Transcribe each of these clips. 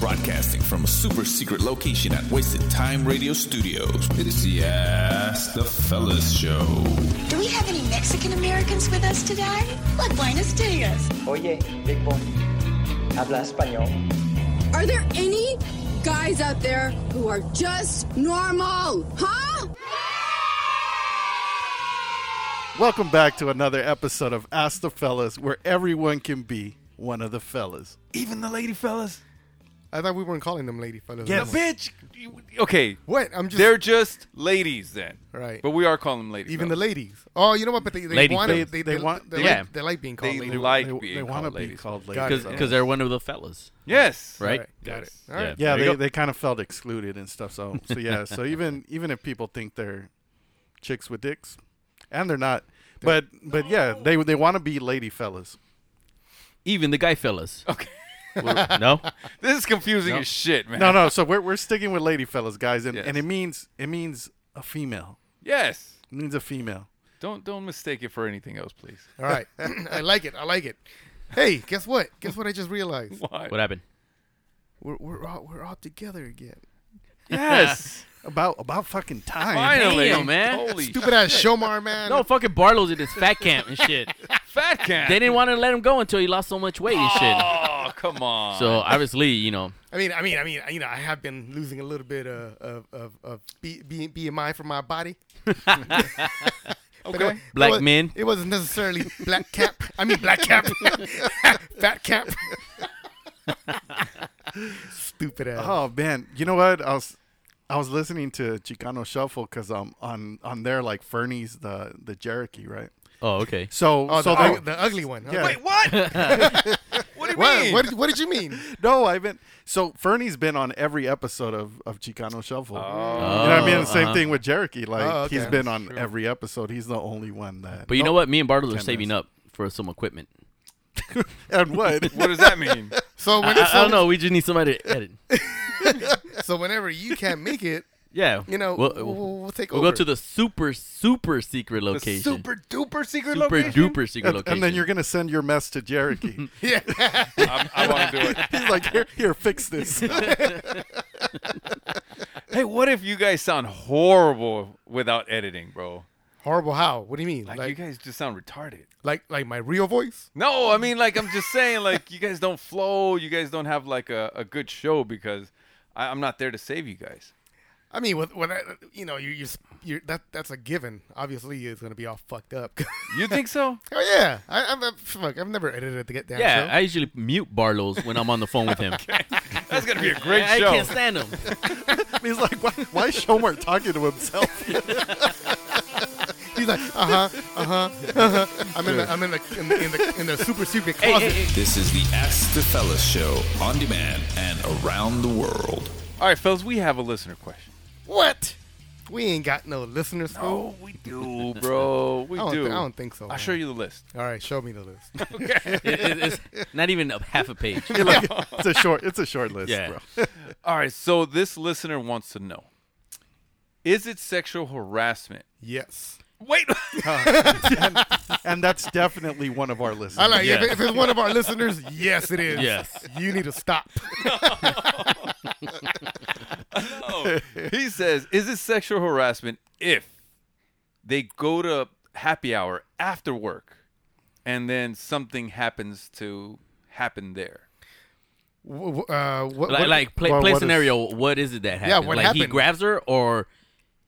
broadcasting from a super secret location at Wasted Time Radio Studios. It is the Ask the Fellas Show. Do we have any Mexican Americans with us today? Like Buenos Dias. Oye, Big Boy, habla español. Are there any guys out there who are just normal? Huh? Welcome back to another episode of Ask the Fellas, where everyone can be one of the fellas. Even the lady fellas. I thought we weren't calling them lady fellas. Yeah, No. bitch. You- Okay. What? I'm just They're just ladies then. Right. But we are calling them ladies. even the ladies. Oh, you know what? But they, they Ladies. want They- it. They, they they, want- want. They, yeah. like, they like being called They ladies. like They- being they called wanna be ladies. called Got ladies. it. because because they're one of the fellas, Yes. right? Right. Got it. All Yeah, right. Yeah, there they, you they kind of felt excluded and stuff. So so yeah, so even even if people think they're chicks with dicks, and they're not, but but yeah, they they want to be lady fellas. go. even the guy fellas. Okay. We're- no, This is confusing as shit, man. No, no. So we're we're sticking with lady fellas, guys, and, and it Yes. means it means a female. Yes. It means a female. Don't don't mistake it for anything else, please. All right. I like it. I like it. Hey, guess what? Guess what? I just realized Why? what happened? we're we're all, we're all together again. Yes. About about fucking time. Finally, Damn, man. Holy Stupid ass Shomar man. No, fucking Barlow's at his fat camp and shit. fat cat. They didn't want to let him go until he lost so much weight and shit. Oh, come on. So obviously, you know, I mean, I mean, I mean, you know, I have been losing a little bit of of of, of B, B, BMI for my body. But it wa- okay. it Black wa- men. It wasn't necessarily black cap. I mean, black cap, fat cap. Stupid ass. Oh man, you know what? I was I was listening to Chicano Shuffle because um on on there like Fernie's the the Cherokee right. oh okay. So Oh, so the, they, ug- the ugly one. Yeah. Wait, What? what do you what, mean? what, did, what did you mean? no, I've been so Fernie's been on every episode of of Chicano Shuffle. Oh. You know what I mean? The same thing with Cherokee. Like Oh, okay. he's been on every episode. He's the only one that. But you know what? Me and Bartles are Ten saving minutes. up for some equipment. and what? What does that mean? So, when, I, I- I so, um, don't know. We just need somebody to edit. so whenever you can't make it, Yeah, you know, We'll, we'll, we'll, we'll take we'll over. go to the super super secret The location. super duper secret super location. duper secret and, location. and then you're gonna send your mess to Cherokee. yeah. I'm, I want to do it. he's like, here, here, fix this. Hey, what if you guys sound horrible without editing, bro? Horrible. How? What do you mean? Like, Like, you like, guys just sound retarded. like, my real voice? No, I mean like I'm just saying like you guys don't flow. You guys don't have like a, a good show because I, I'm not there to save you guys. I mean, with when I, you know, you you you that that's a given. Obviously, it's gonna be all fucked up. You think so? oh yeah. I, I'm, I'm fuck. I've never edited to get down. yeah, I usually mute Barlow's when I'm on the phone with him. That's gonna be a great I, I show. can't stand him. he's like, why, why is Shomar talking to himself? He's like, uh huh, uh huh, uh huh. I'm in the, I'm in the, in the, in the, in the super secret closet. This is the Ask the Fellas Show on demand and around the world. All right, fellas, we have a listener question. What? We ain't got no listeners. fool. Oh, we do, bro. We I don't, do. thi- I don't think so. I'll show you the list. All right, show me the list. It- it- it's not even a half a page. it's a short. It's a short list, Yeah. bro. All right, so this listener wants to know: Is it sexual harassment? yes. Wait, And that's definitely one of our listeners. I like. Yeah. If, if it's one of our listeners, yes, it is. Yes. You need to stop. he says, "Is it sexual harassment if they go to happy hour after work, and then something happens to happen there?" W- w- uh, what, Like, what- like play, well, play what is- scenario. what is it that happened? what like he happened? grabs her or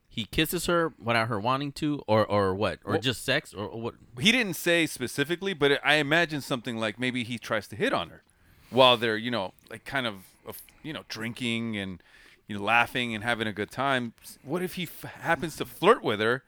he kisses her without her wanting to, or or what, or just sex, or, or what? He didn't say specifically, but I imagine something like maybe he tries to hit on her while they're, you know, like kind of, of you know, drinking and you know, laughing and having a good time. What if he f- happens to flirt with her,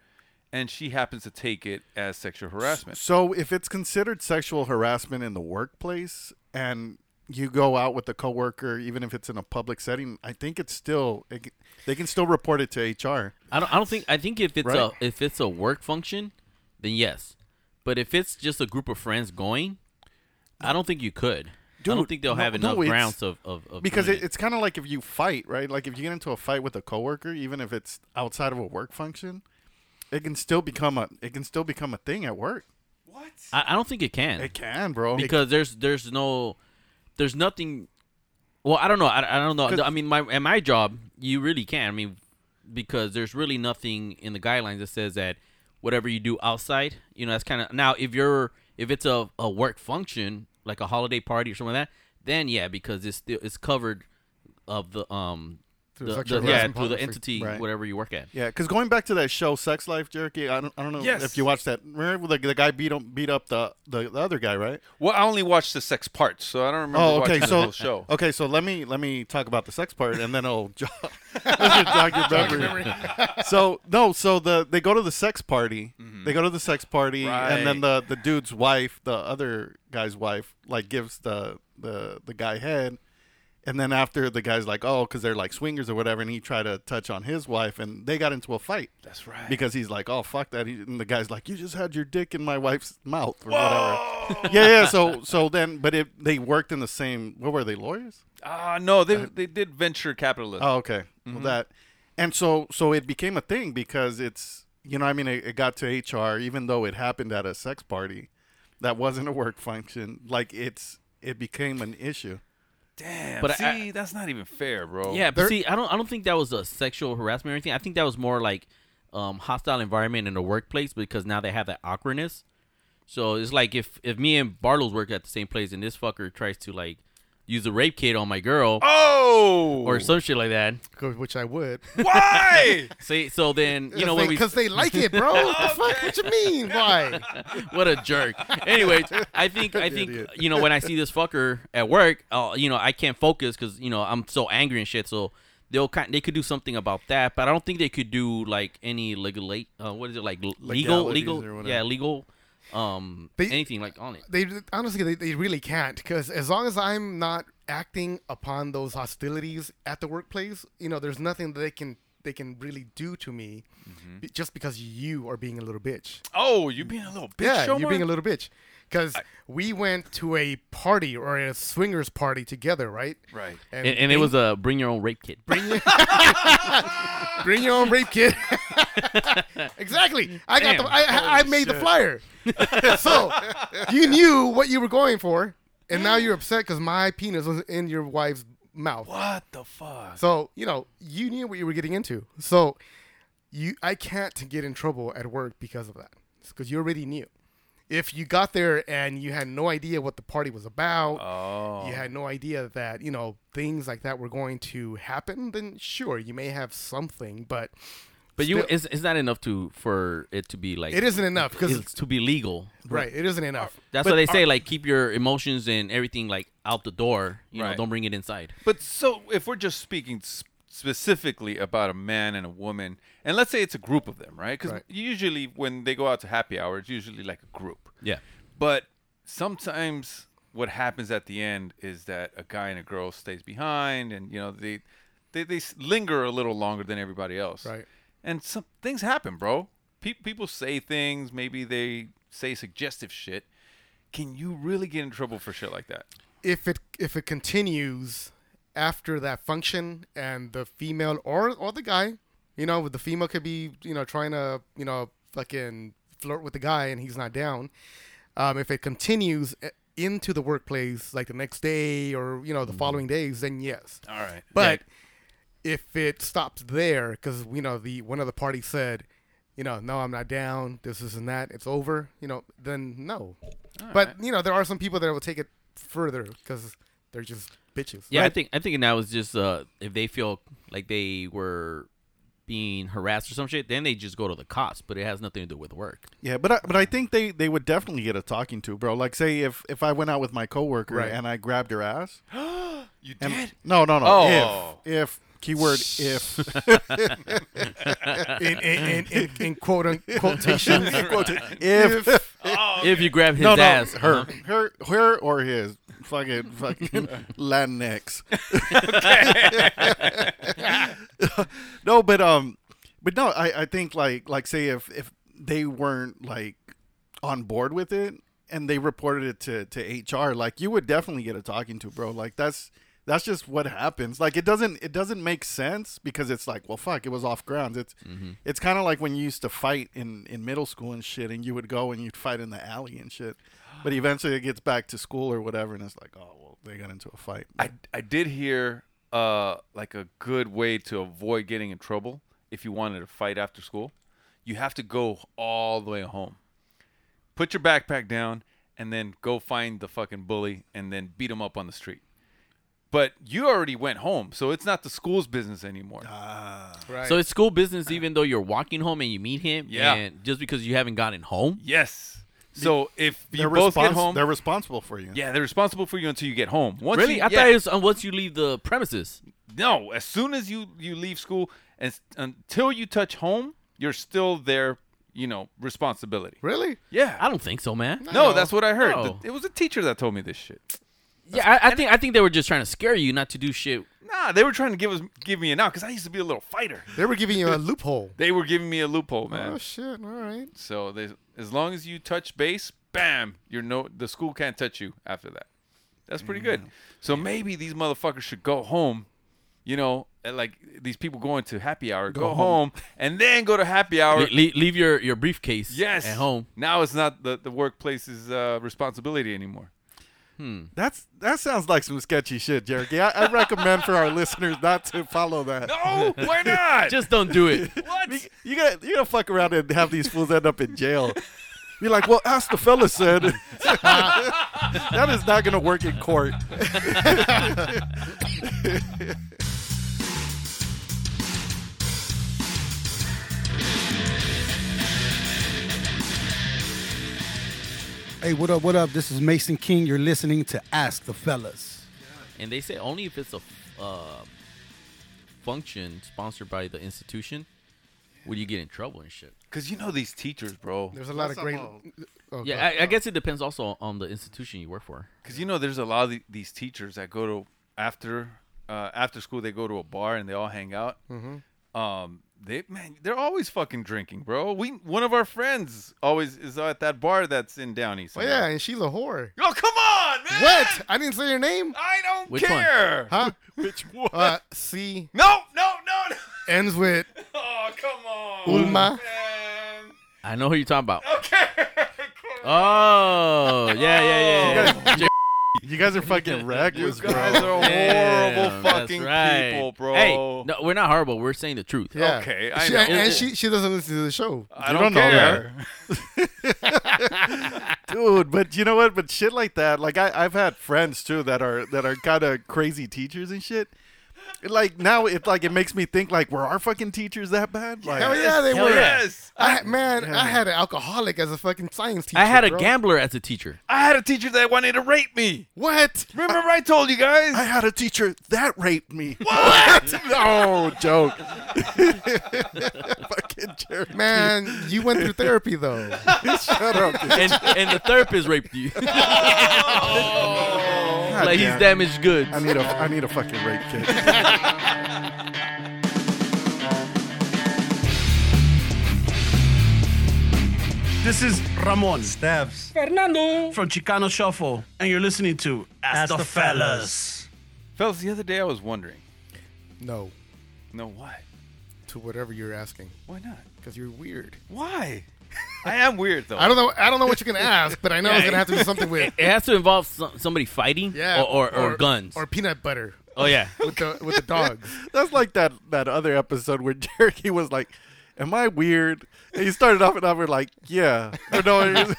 and she happens to take it as sexual harassment? So if it's considered sexual harassment in the workplace and you go out with a coworker, even if it's in a public setting, I think it's still it, c- they can still report it to HR. I don't. I don't think. I think if it's Right. a if it's a work function, then yes. But if it's just a group of friends going, I don't think you could. I don't Dude, think they'll no- have no, enough it's- grounds of, of, of Because doing it, it's kind of like if you fight, right? Like if you get into a fight with a coworker, even if it's outside of a work function, it can still become a it can still become a thing at work. I, I don't think it can. It can, bro. because there's there's no there's nothing Well, I don't know. I, I don't know. 'Cause- I mean, my at my job, you really can. I mean, because there's really nothing in the guidelines that says that whatever you do outside, you know, that's kind of now if you're if it's a, a work function like a holiday party or something like that, then yeah, because it's still it's covered of the um the the, sexual the- yeah harassment through the policy. entity Right. whatever you work at. Yeah, because going back to that show, Sex Life, Jerky. I don't, I don't know Yes. if you watched that. Remember the, the guy beat up, beat up the, the, the other guy, right? Well, I only watched the sex part, so I don't remember Oh, watching okay. the So whole show. okay, so let me let me talk about the sex part, and then I'll jog, jog your memory. so no, so the they go to the sex party. Mm-hmm. They go to the sex party, and then the the dude's wife, the other guy's wife, like gives the the the guy head. And then after the guy's like, oh, because they're like swingers or whatever, and he tried to touch on his wife, and they got into a fight. That's right. Because he's like, oh, fuck that. He, and the guy's like, you just had your dick in my wife's mouth or whatever. yeah, yeah. So, so then, but it, they worked in the same. What were they lawyers? Ah, no, they they did venture capitalism. Oh, okay. Well, that, and so so it became a thing because it's you know I mean it, it got to HR even though it happened at a sex party, that wasn't a work function. Like it's it became an issue. Damn, But see, I- that's not even fair, bro. Yeah, but see, I don't I don't think that was a sexual harassment or anything. I think that was more like um, hostile environment in the workplace because now they have that awkwardness. So it's like if if me and Bartles work at the same place and this fucker tries to like use a rape kit on my girl Oh, or some shit like that. Which I would. why? See, so then you know when we because they like it, bro. the fuck? What you mean? Why? what a jerk. Anyway, I think I think you know when I see this fucker at work, uh, you know I can't focus because you know I'm so angry and shit. So they'll kind they could do something about that, but I don't think they could do like any legal uh, what is it like l- legal Legalities or legal whatever. yeah legal um They- anything like on it. They honestly, they, they really can't because as long as I'm not acting upon those hostilities at the workplace, you know, there's nothing that they can they can really do to me Mm-hmm. be- just because you are being a little bitch. oh, you being a little bitch, yeah, Omar? you being a little bitch. Because we went to a party or a swingers party together, right? Right. And, and it was a bring your own rape kit. Bring your own rape kit. exactly. I got Damn. the. I, I made the flyer. so you knew what you were going for, and now you're upset because my penis was in your wife's mouth. what the fuck? So you know you knew what you were getting into. So you, I can't get in trouble at work because of that. Because you already knew. If you got there and you had no idea what the party was about, you had no idea that you know things like that were going to happen, then sure you may have something, but But you Still- it's, it's not enough to for it to be like it isn't enough because it's to be legal. right, it isn't enough. That's But why they are- say like keep your emotions and everything like out the door. You know, Right. don't bring it inside. But so, if we're just speaking s- specifically about a man and a woman, and let's say it's a group of them, right? Because Right. usually when they go out to happy hour, it's usually like a group. Yeah. But sometimes what happens at the end is that a guy and a girl stays behind, and you know they they, they s- linger a little longer than everybody else. Right. And some things happen, bro. Pe- people say things. Maybe they say suggestive shit. Can you really get in trouble for shit like that? if it if it continues after that function and the female or or the guy, you know, the female could be you know trying to you know fucking flirt with the guy and he's not down. Um, if it continues i- into the workplace like the next day or you know Mm-hmm. the following days, then yes. All right. But if it stops there, because you know the one of the parties said, you know, no, I'm not down. This isn't that. It's over. You know, then no. but you know, there are some people that will take it further because they're just bitches. Yeah, I think I think that was just uh, if they feel like they were being harassed or some shit, then they just go to the cops. But it has nothing to do with work. Yeah, but I, but I think they, they would definitely get a talking to, bro. Like say if if I went out with my coworker Right. and I grabbed her ass. you And, did. No, no, no. Oh. If if keyword if In in in, in, in quote unquote quotations. if, If you grab his no no ass, her uh-huh. her her or his fucking fucking Latinx. no, but um, but no, I I think like like say if if they weren't like on board with it and they reported it to to HR, like you would definitely get a talking to, bro. Like that's that's just what happens. Like it doesn't it doesn't make sense because it's like, well, fuck, it was off grounds. It's Mm-hmm. it's kind of like when you used to fight in in middle school and shit, and you would go and you'd fight in the alley and shit. But But eventually it gets back to school or whatever, and it's like, oh, well, they got into a fight. I, I did hear uh, like a good way to avoid getting in trouble if you wanted to fight after school. You have to go all the way home. Put your backpack down and then go find the fucking bully and then beat him up on the street. But you already went home, so it's not the school's business anymore. Right. So it's school business, even though you're walking home and you meet him. Yeah. And just because you haven't gotten home. yes. So if you They're, both get respons- home, they're responsible for you. yeah, they're responsible for you until you get home. Once Really? you- I yeah. thought it was uh, once you leave the premises. No, as soon as you you leave school, as, until you touch home, you're still their, you know, responsibility. really? Yeah. I don't think so, man. no, that's what I heard. No. The- it was a teacher that told me this shit. Yeah, I, I think I think they were just trying to scare you not to do shit. Nah, they were trying to give us give me an out because I used to be a little fighter. They were giving you a loophole. They were giving me a loophole, man. Oh shit! All right. so they, as long as you touch base, bam, you're no the school can't touch you after that. That's pretty good. So maybe these motherfuckers should go home. You know, and like these people going to happy hour, go, home. and then go to happy hour. Le- le- leave your, your briefcase Yes. at home. Now it's not the, the workplace's uh, responsibility anymore. That's that sounds like some sketchy shit, Jerry. I, I recommend for our listeners not to follow that. No, why not? Just don't do it. what? You gotta you gotta fuck around and have these fools end up in jail. Be like, well, as the fella said, that is not gonna work in court. Hey, what up, what up? This is Mason King. You're listening to Ask the Fellas. and they say only if it's a uh, function sponsored by the institution will you get in trouble and shit. Because you know these teachers, bro. There's a lot of great. Oh, Yeah, I, I guess it depends also on the institution you work for. Because you know there's a lot of the, these teachers that go to after uh, after school they go to a bar and they all hang out. Mm-hmm. Um, they man, they're always fucking drinking, bro. We one of our friends always is at that bar that's in Downey. Oh yeah, and she's a whore. Oh come on, man. What? I didn't say your name. I don't Which one? care. Huh? Which one? Uh, C No, no, no, no. ends with Oh come on. Um, Ulma. Man. I know who you're talking about. Uh, Okay. Oh, yeah, yeah, yeah. yeah. You guys are fucking You reckless, guys bro. are horrible Damn, that's fucking right. people, bro. Hey, no, we're not horrible. We're saying the truth. Yeah. Okay, I she, know. And she she doesn't listen to the show. I You don't, don't know care. Dude, but you know what? But shit like that, like I, I've had friends too that are that are kind of crazy teachers and shit. Like now, it like it makes me think like were our fucking teachers that bad? Like, Hell yeah, they were. Yes. I man, I had an alcoholic as a fucking science teacher. I had a bro. gambler as a teacher. I had a teacher that wanted to rape me. What? Remember I told you guys? I had a teacher that raped me. What? no joke. Fucking Jerry. Man, you went through therapy though. Shut up. dude. And and the therapist raped you. like he's damn. damaged goods. I need a I need a fucking rape kit. This is Ramon. Stabs. Fernando. From Chicano Shuffle. And you're listening to Ask, the, fellas. Fellas, the other day I was wondering. No, No, why? to whatever you're asking, Why not? because you're weird. Why? I am weird though. I don't know. I don't know what you're gonna ask, but I know it's gonna have to be something with It has to involve some, somebody fighting yeah, or, or, or, guns. or peanut butter oh, yeah. with the with the dogs. That's like that that other episode where Jerky was like, "Am I weird?" And he started off and I were like, "Yeah." Or no, he was-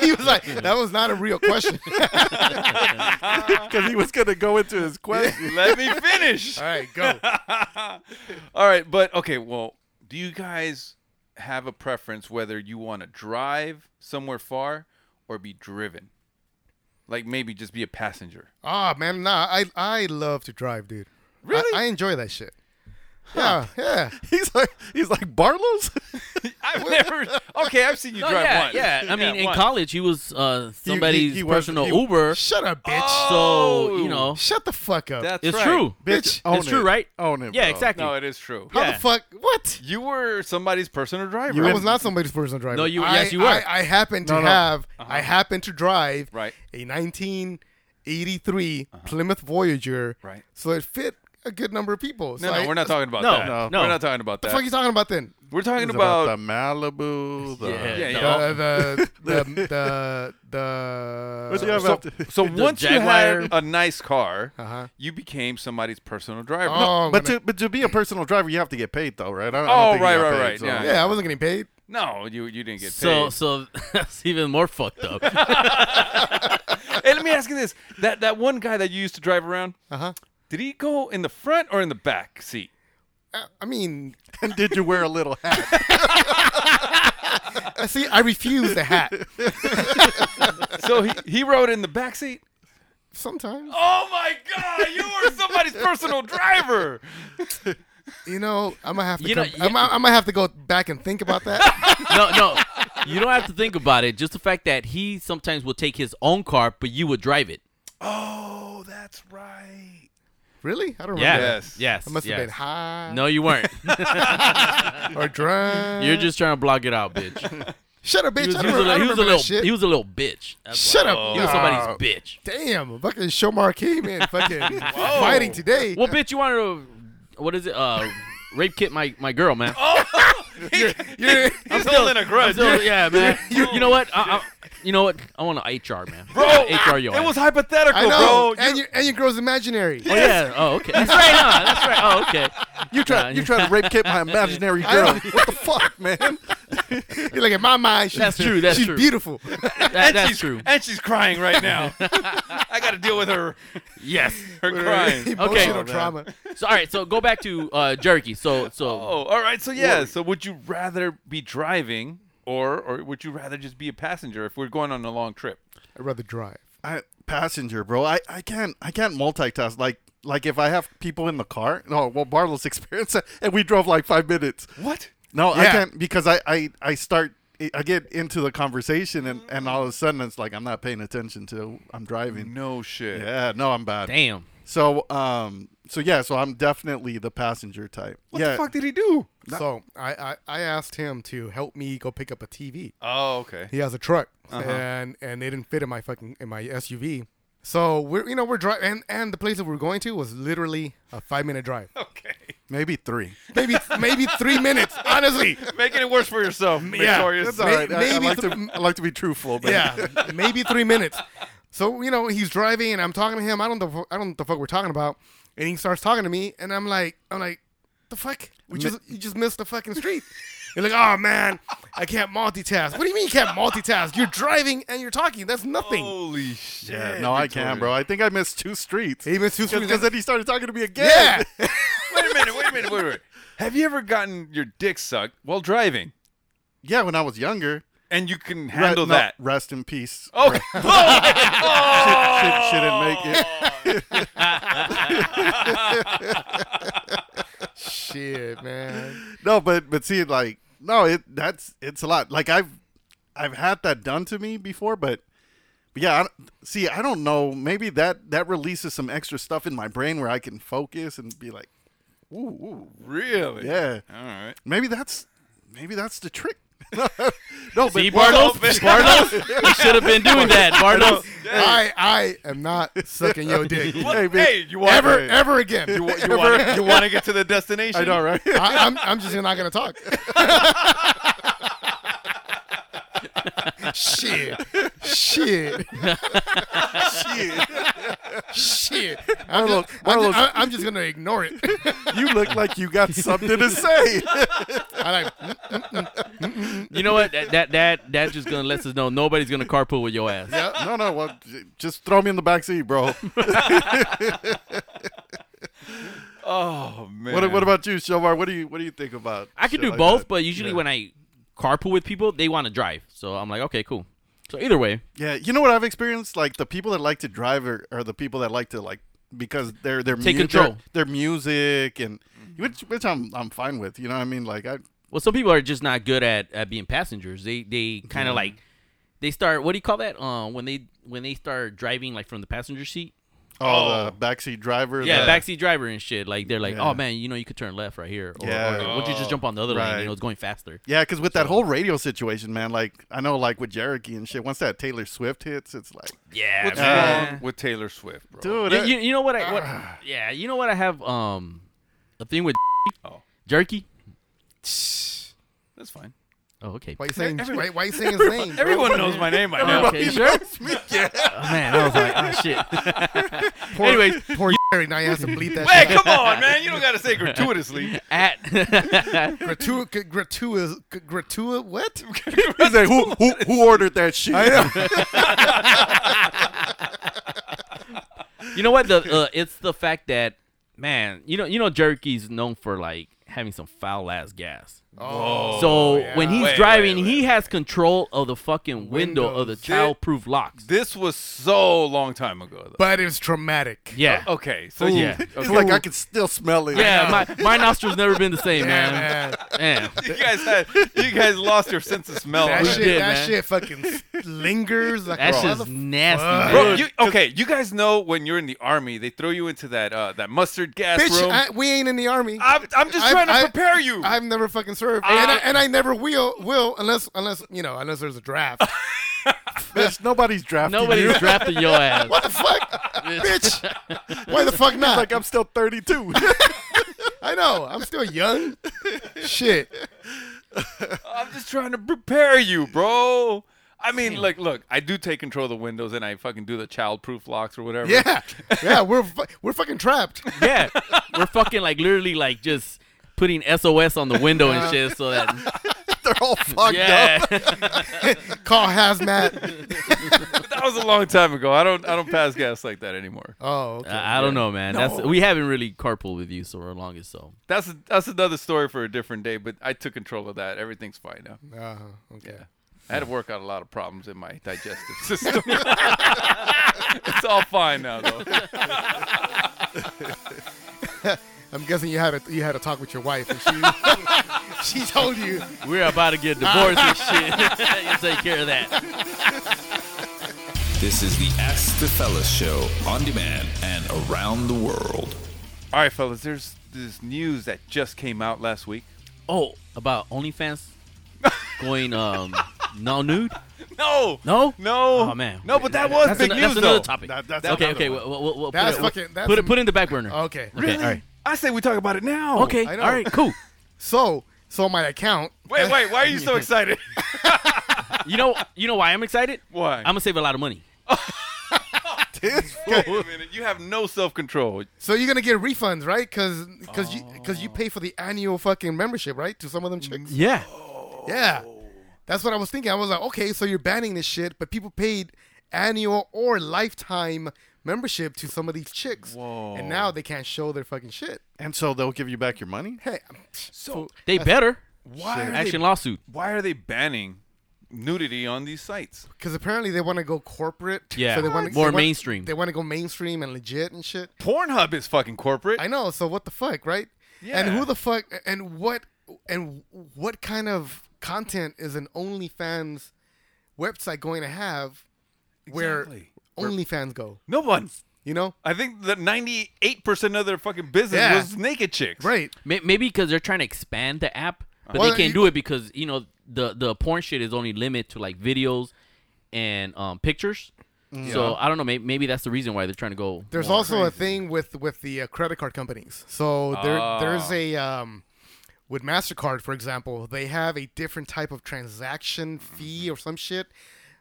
he was like, that was not a real question. All because he was gonna go into his question. Let me finish. right, go. All right, but okay, well, do you guys have a preference whether you want to drive somewhere far or be driven? Like maybe just be a passenger. Ah, man, nah, I I love to drive, dude. I- Really? I, enjoy that shit. Yeah, yeah. He's like, he's like Barlow's. I've never. Okay, I've seen you No, drive Oh, yeah, once. yeah. I mean, in once. college, he was uh, somebody's he was- personal he- Uber. Shut up, bitch. Oh. so, you know, Shut the fuck up. That's it's right. true. Bitch, own It's true, it. right? Own it. Yeah, bro. exactly. No, it is true. How yeah. the fuck? What? You were somebody's personal driver. I was not somebody's personal driver. No, you- I, yes, you were. I, I happen to No, no. have. I happen to drive. Right. A 1983 Plymouth Voyager. Right. So it fit a good number of people. No, So no, I- we're not talking about No, that. no. We're not talking about What that. the fuck are you talking about then? We're talking It's about, the Malibu. The, Yeah. yeah, yeah. Oh. the the the the, the- What do you have so, after- so once you Jaguar. had a nice car, Uh-huh. you became somebody's personal driver. Oh, but when to but to be a personal driver, you have to get paid though, right? I don't, I Oh, don't think you right, got right, paid, right, so- yeah. I- yeah, I wasn't getting paid. No, you you didn't get paid. So so that's even more fucked up. hey, let me ask you this: that that one guy that you used to drive around, Uh huh. did he go in the front or in the back seat? I mean, And did you wear a little hat? I see. I refuse the hat So he, he rode in the back seat. sometimes. Oh my God! You were somebody's personal driver. You know, I'm gonna have to. You know, come, I'm, I'm gonna have to go back and think about that. no, no. You don't have to think about it. Just the fact that he sometimes will take his own car, but you would drive it. Oh, that's right. really? I don't remember. Yeah. that. Yes. Yes. I must yes. have been high No, you weren't. or drunk. You're just trying to block it out, bitch. He shut up, bitch. was, I he don't was a, remember li- he was a that little. shit. He was a little bitch. That's shut up. why. He Nah. was somebody's bitch. Damn, fucking Shomar came in, fucking fighting today. Well, bitch, you wanted to. What is it? Uh, rape kit my my girl, man. Oh, You're- I'm still holding a grudge. yeah, man. You, you know what? I, I, you know what? I want an HR, man. Bro, HR, you. It was hypothetical, I know, bro. and your and your girl's imaginary. Oh yeah. Oh okay. That's right. No, that's right. Oh okay. You try you try to rape kid my imaginary I know. girl. What the fuck, man? You're like in my mind. She's, That's true, that's she's true. beautiful. That, and that's she's, true. And she's crying right now. I got to deal with her Yes. her crying. Emotional trauma. So all right. So go back to uh, jerky. So so. Oh, all right. So yeah. So would you rather be driving or or would you rather just be a passenger if we're going on a long trip? I'd rather drive. I, passenger, bro. I, I can't I can't multitask. Like like if I have people in the car. No, well Bartle's experience and we drove like five minutes. What? No, I Yeah. can't because I, I, I start I get into the conversation and, and all of a sudden it's like I'm not paying attention to I'm driving. No shit. Yeah, no, I'm bad. Damn. So um so yeah, so I'm definitely the passenger type. What yeah. the fuck did he do? So I, I, I asked him to help me go pick up a TV. Oh, okay. He has a truck, and and they didn't fit in my fucking in my SUV. So we're you know we're driving, and, and the place that we were going to was literally a five minute drive, Okay. Maybe three. maybe maybe three minutes, honestly. Making it worse for yourself, That's Victorious. all May- right. I, I maybe like to th- I like to be truthful, but Yeah, maybe three minutes. So you know he's driving, and I'm talking to him. I don't know, fu- I don't know what the fuck we're talking about, and he starts talking to me, and I'm like, I'm like, the fuck? We just you just missed the fucking street. You're like, oh man, I can't multitask. What do you mean you can't multitask? You're driving and you're talking. That's nothing. Holy shit. Yeah, no, I can, bro. I think I missed two streets. He missed two streets. because then he started talking to me again. yeah. Wait a minute. Wait a minute. Wait a minute. Have you ever gotten your dick sucked while driving? yeah. When I was younger, And you can Re- handle no, that. Rest in peace. Oh, Shit, shit didn't make it. Shit, man. No, but but see, like no, it that's it's a lot. Like I've I've had that done to me before, but. but Yeah, I, don't- see, I don't know. Maybe that that releases some extra stuff in my brain where I can focus and be like, "Ooh, ooh really? yeah." All right. Maybe that's maybe that's the trick. no, but See, Bartles, Well, Bartles, you should have been doing that, Bartles. I I am not sucking your dick Hey, What? man. Hey, you want ever ever again. You, wa- you, want, you want to get to the destination? I know, right? I, I'm I'm just not gonna talk. Shit. Shit. Shit. Shit. I'm Marlo- just, I'm, Marlo's- just, I- I'm just gonna ignore it. you look like you got something to say. I like You know what? That that that, that just gonna let us know nobody's gonna carpool with your ass. no, no, well, j- just throw me in the back seat, bro. Oh man. What, what about you, Shomar? What do you what do you think about? I could shit do like both, that? but usually Yeah. when I carpool with people, they want to drive. So I'm like, okay, cool. So either way, yeah, you know what I've experienced? Like the people that like to drive are, are the people that like to like because they're they're Take mu- control. Mm-hmm. their, their music and which which I'm I'm fine with. You know what I mean? Like I well, some people are just not good at, at being passengers. They they kind of like they start. What do you call that? Uh, when they when they start driving like from the passenger seat. oh, the backseat driver. Yeah, the- backseat driver and shit. Like they're like, Yeah. oh man, you know you could turn left right here, or, Yeah. or would you just jump on the other lane? Right. You know it's going faster. Yeah, because with that whole radio situation, man, like I know, like with Jericho and shit. Once that Taylor Swift hits, it's like, Yeah, What's Uh, wrong with Taylor Swift, bro? dude, You, that- you, you know what I what yeah, you know what I have um a thing with Oh. jerky. That's fine. Oh, okay. Why you saying? Everyone- why, why you saying his name? bro? Everyone knows my name by now. Okay, sure. Oh, man, I was like, oh shit. Anyways, Poor Jerry. Now you have to bleed that. Hey, shit come on, man. You don't got to say gratuitously. at out. Gratu- g- gratuitous. g- Gratuit. What? He's like, who, who, who ordered that shit? you know what the uh, it's the fact that man, you know you know Jerky's known for like having some foul ass gas. Oh. so when he's Wait, driving, wait, wait, he has control of the fucking window of the Windows. child-proof locks. This was so long time ago, though. But it's traumatic. Yeah. okay, so Ooh. yeah, It's okay. like I can still smell it. Yeah, my, my nostrils never been the same, Yeah, man. man. Man. you guys had you guys lost your sense of smell. That We shit. did, that man. shit fucking lingers. Like That's a just motherf- nasty, Bro, man. you, okay, you guys know when you're in the army, they throw you into that uh, that mustard gas Bitch, room. I, we ain't in the army. am I'm just I've- trying to I've- prepare you. I've never fucking served, I- and, I, and I never will. Will unless unless you know unless there's a draft. Bitch, nobody's drafting you. Nobody's drafting your ass. what the fuck, bitch? Why the fuck not? like I'm still 32. I know. I'm still young. Shit. I'm just trying to prepare you, bro. I mean, like, look, I do take control of the windows and I fucking do the child-proof locks or whatever. Yeah. Yeah. We're fu- we're fucking trapped. Yeah, we're fucking like literally like just putting SOS on the window and shit so that They're all fucked up. yeah. Call hazmat. that was a long time ago. I don't I don't pass gas like that anymore. Oh. Okay. Uh, I I don't know, man. That's we haven't really carpooled with you so we're longest so. That's that's another story for a different day. But I took control of that. Everything's fine now. Uh-huh. Okay. I had to work out a lot of problems in my digestive system. it's all fine now, though. I'm guessing you had a you had a talk with your wife, and she she told you. We're about to get divorced and shit. you take care of that. This is the Ask the Fellas show on demand and around the world. All right, fellas. There's this news that just came out last week. Oh, about OnlyFans going um no nude? No, No? no, Oh, man. No, but that was That's, big an- news, that's another though. topic. That- that's okay, another okay. one. We'll, we'll, we'll That's put it, fucking- that's put, it, a- put it in the back burner. Okay. Okay, all right. I say we talk about it now. Okay, I all know. right, cool. So so my account. Wait, wait. Why are you so excited? You know, you know why I'm excited? Why? I'm gonna save a lot of money. Wait a minute. You have no self control. So you're gonna get refunds, right? Because you because you pay for the annual fucking membership, right? To some of them chicks. Yeah, Yeah. That's what I was thinking. I was like, okay, so you're banning this shit, but people paid annual or lifetime membership to some of these chicks. Whoa. And now they can't show their fucking shit. And so they'll give you back your money? Hey, So they better. why are Action they, lawsuit. why are they banning nudity on these sites? because apparently they want to go corporate. Yeah. So they wanna, What? More they wanna- mainstream. They want to go mainstream and legit and shit. Pornhub is fucking corporate. I know. So what the fuck, right? And Yeah. who the fuck and what and what kind of content is an OnlyFans website going to have where Exactly. OnlyFans go? no one. You know? I think that 98% of their fucking business Yeah. was naked chicks. Right. May- Maybe because they're trying to expand the app, but Well, they can't you- do it because you know the the porn shit is only limited to like videos and um, pictures. Mm. So I don't know. Maybe, maybe that's the reason why they're trying to go. There's more. also a thing with with the uh, credit card companies. So there there's a um, with Mastercard, for example, they have a different type of transaction fee or some shit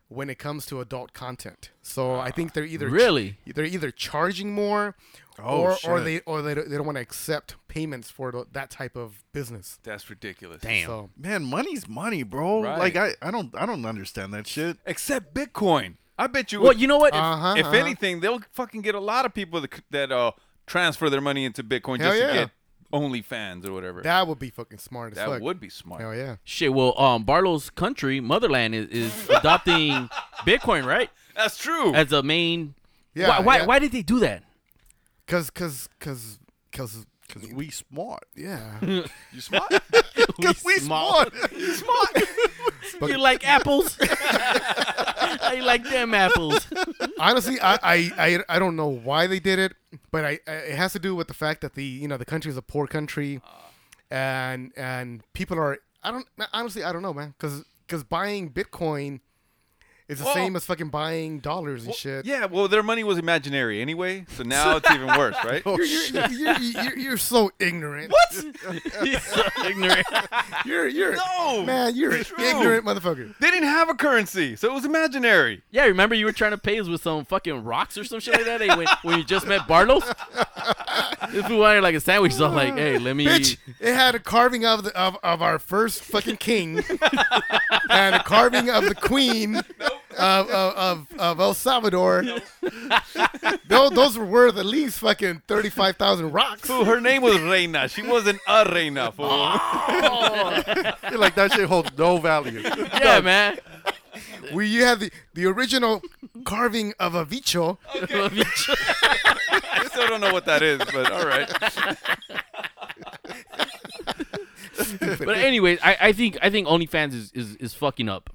when it comes to adult content. So I think they're either really? they're either charging more, Oh, or or they or they don't, they don't want to accept payments for th- that type of business. That's ridiculous. damn. So Man, money's money, bro. Right. Like I, I don't I don't understand that shit. Except Bitcoin. I bet you. well, if- you know what? uh-huh, if uh-huh. anything, they'll fucking get a lot of people that, c- that uh, transfer their money into Bitcoin Hell just yeah. to get OnlyFans or whatever. That, that would be fucking smart. As fuck. would be smart. Hell yeah. Shit. Well, um, Barlow's country, motherland, is, is adopting Bitcoin, right? That's true. As a main. Yeah, Why? Why, yeah. why did they do that? Cause cause cause cause Cause we smart. yeah. you smart. Cause we smart. you like apples? I like them apples. honestly, I, I, I, I don't know why they did it, but I, I it has to do with the fact that the you know the country is a poor country, and and people are I don't honestly I don't know man because buying Bitcoin It's the Well- same as fucking buying dollars and shit. Yeah, well, their money was imaginary anyway, so now it's even worse, right? Oh. You're, you're, you're, you're, you're so ignorant. ignorant. You're you're No, man, you're an True. ignorant motherfucker. They didn't have a currency, so it was imaginary. Yeah, remember you were trying to pay us with some fucking rocks or some shit like that hey, when, when you just met Bartles? If we wanted like a sandwich, so I'm like, hey, let me. Bitch, it had a carving of the of, of our first fucking king and a carving of the queen of, of, of, of El Salvador. those, those were worth at least fucking thirty five thousand rocks. Fool, her name was Reina. She wasn't a Reina, fool. You're like that shit holds no value. Yeah, man. We you had the, the original carving of a bicho. I still don't know what that is, but all right. But anyways, I, I think I think OnlyFans is, is, is fucking up.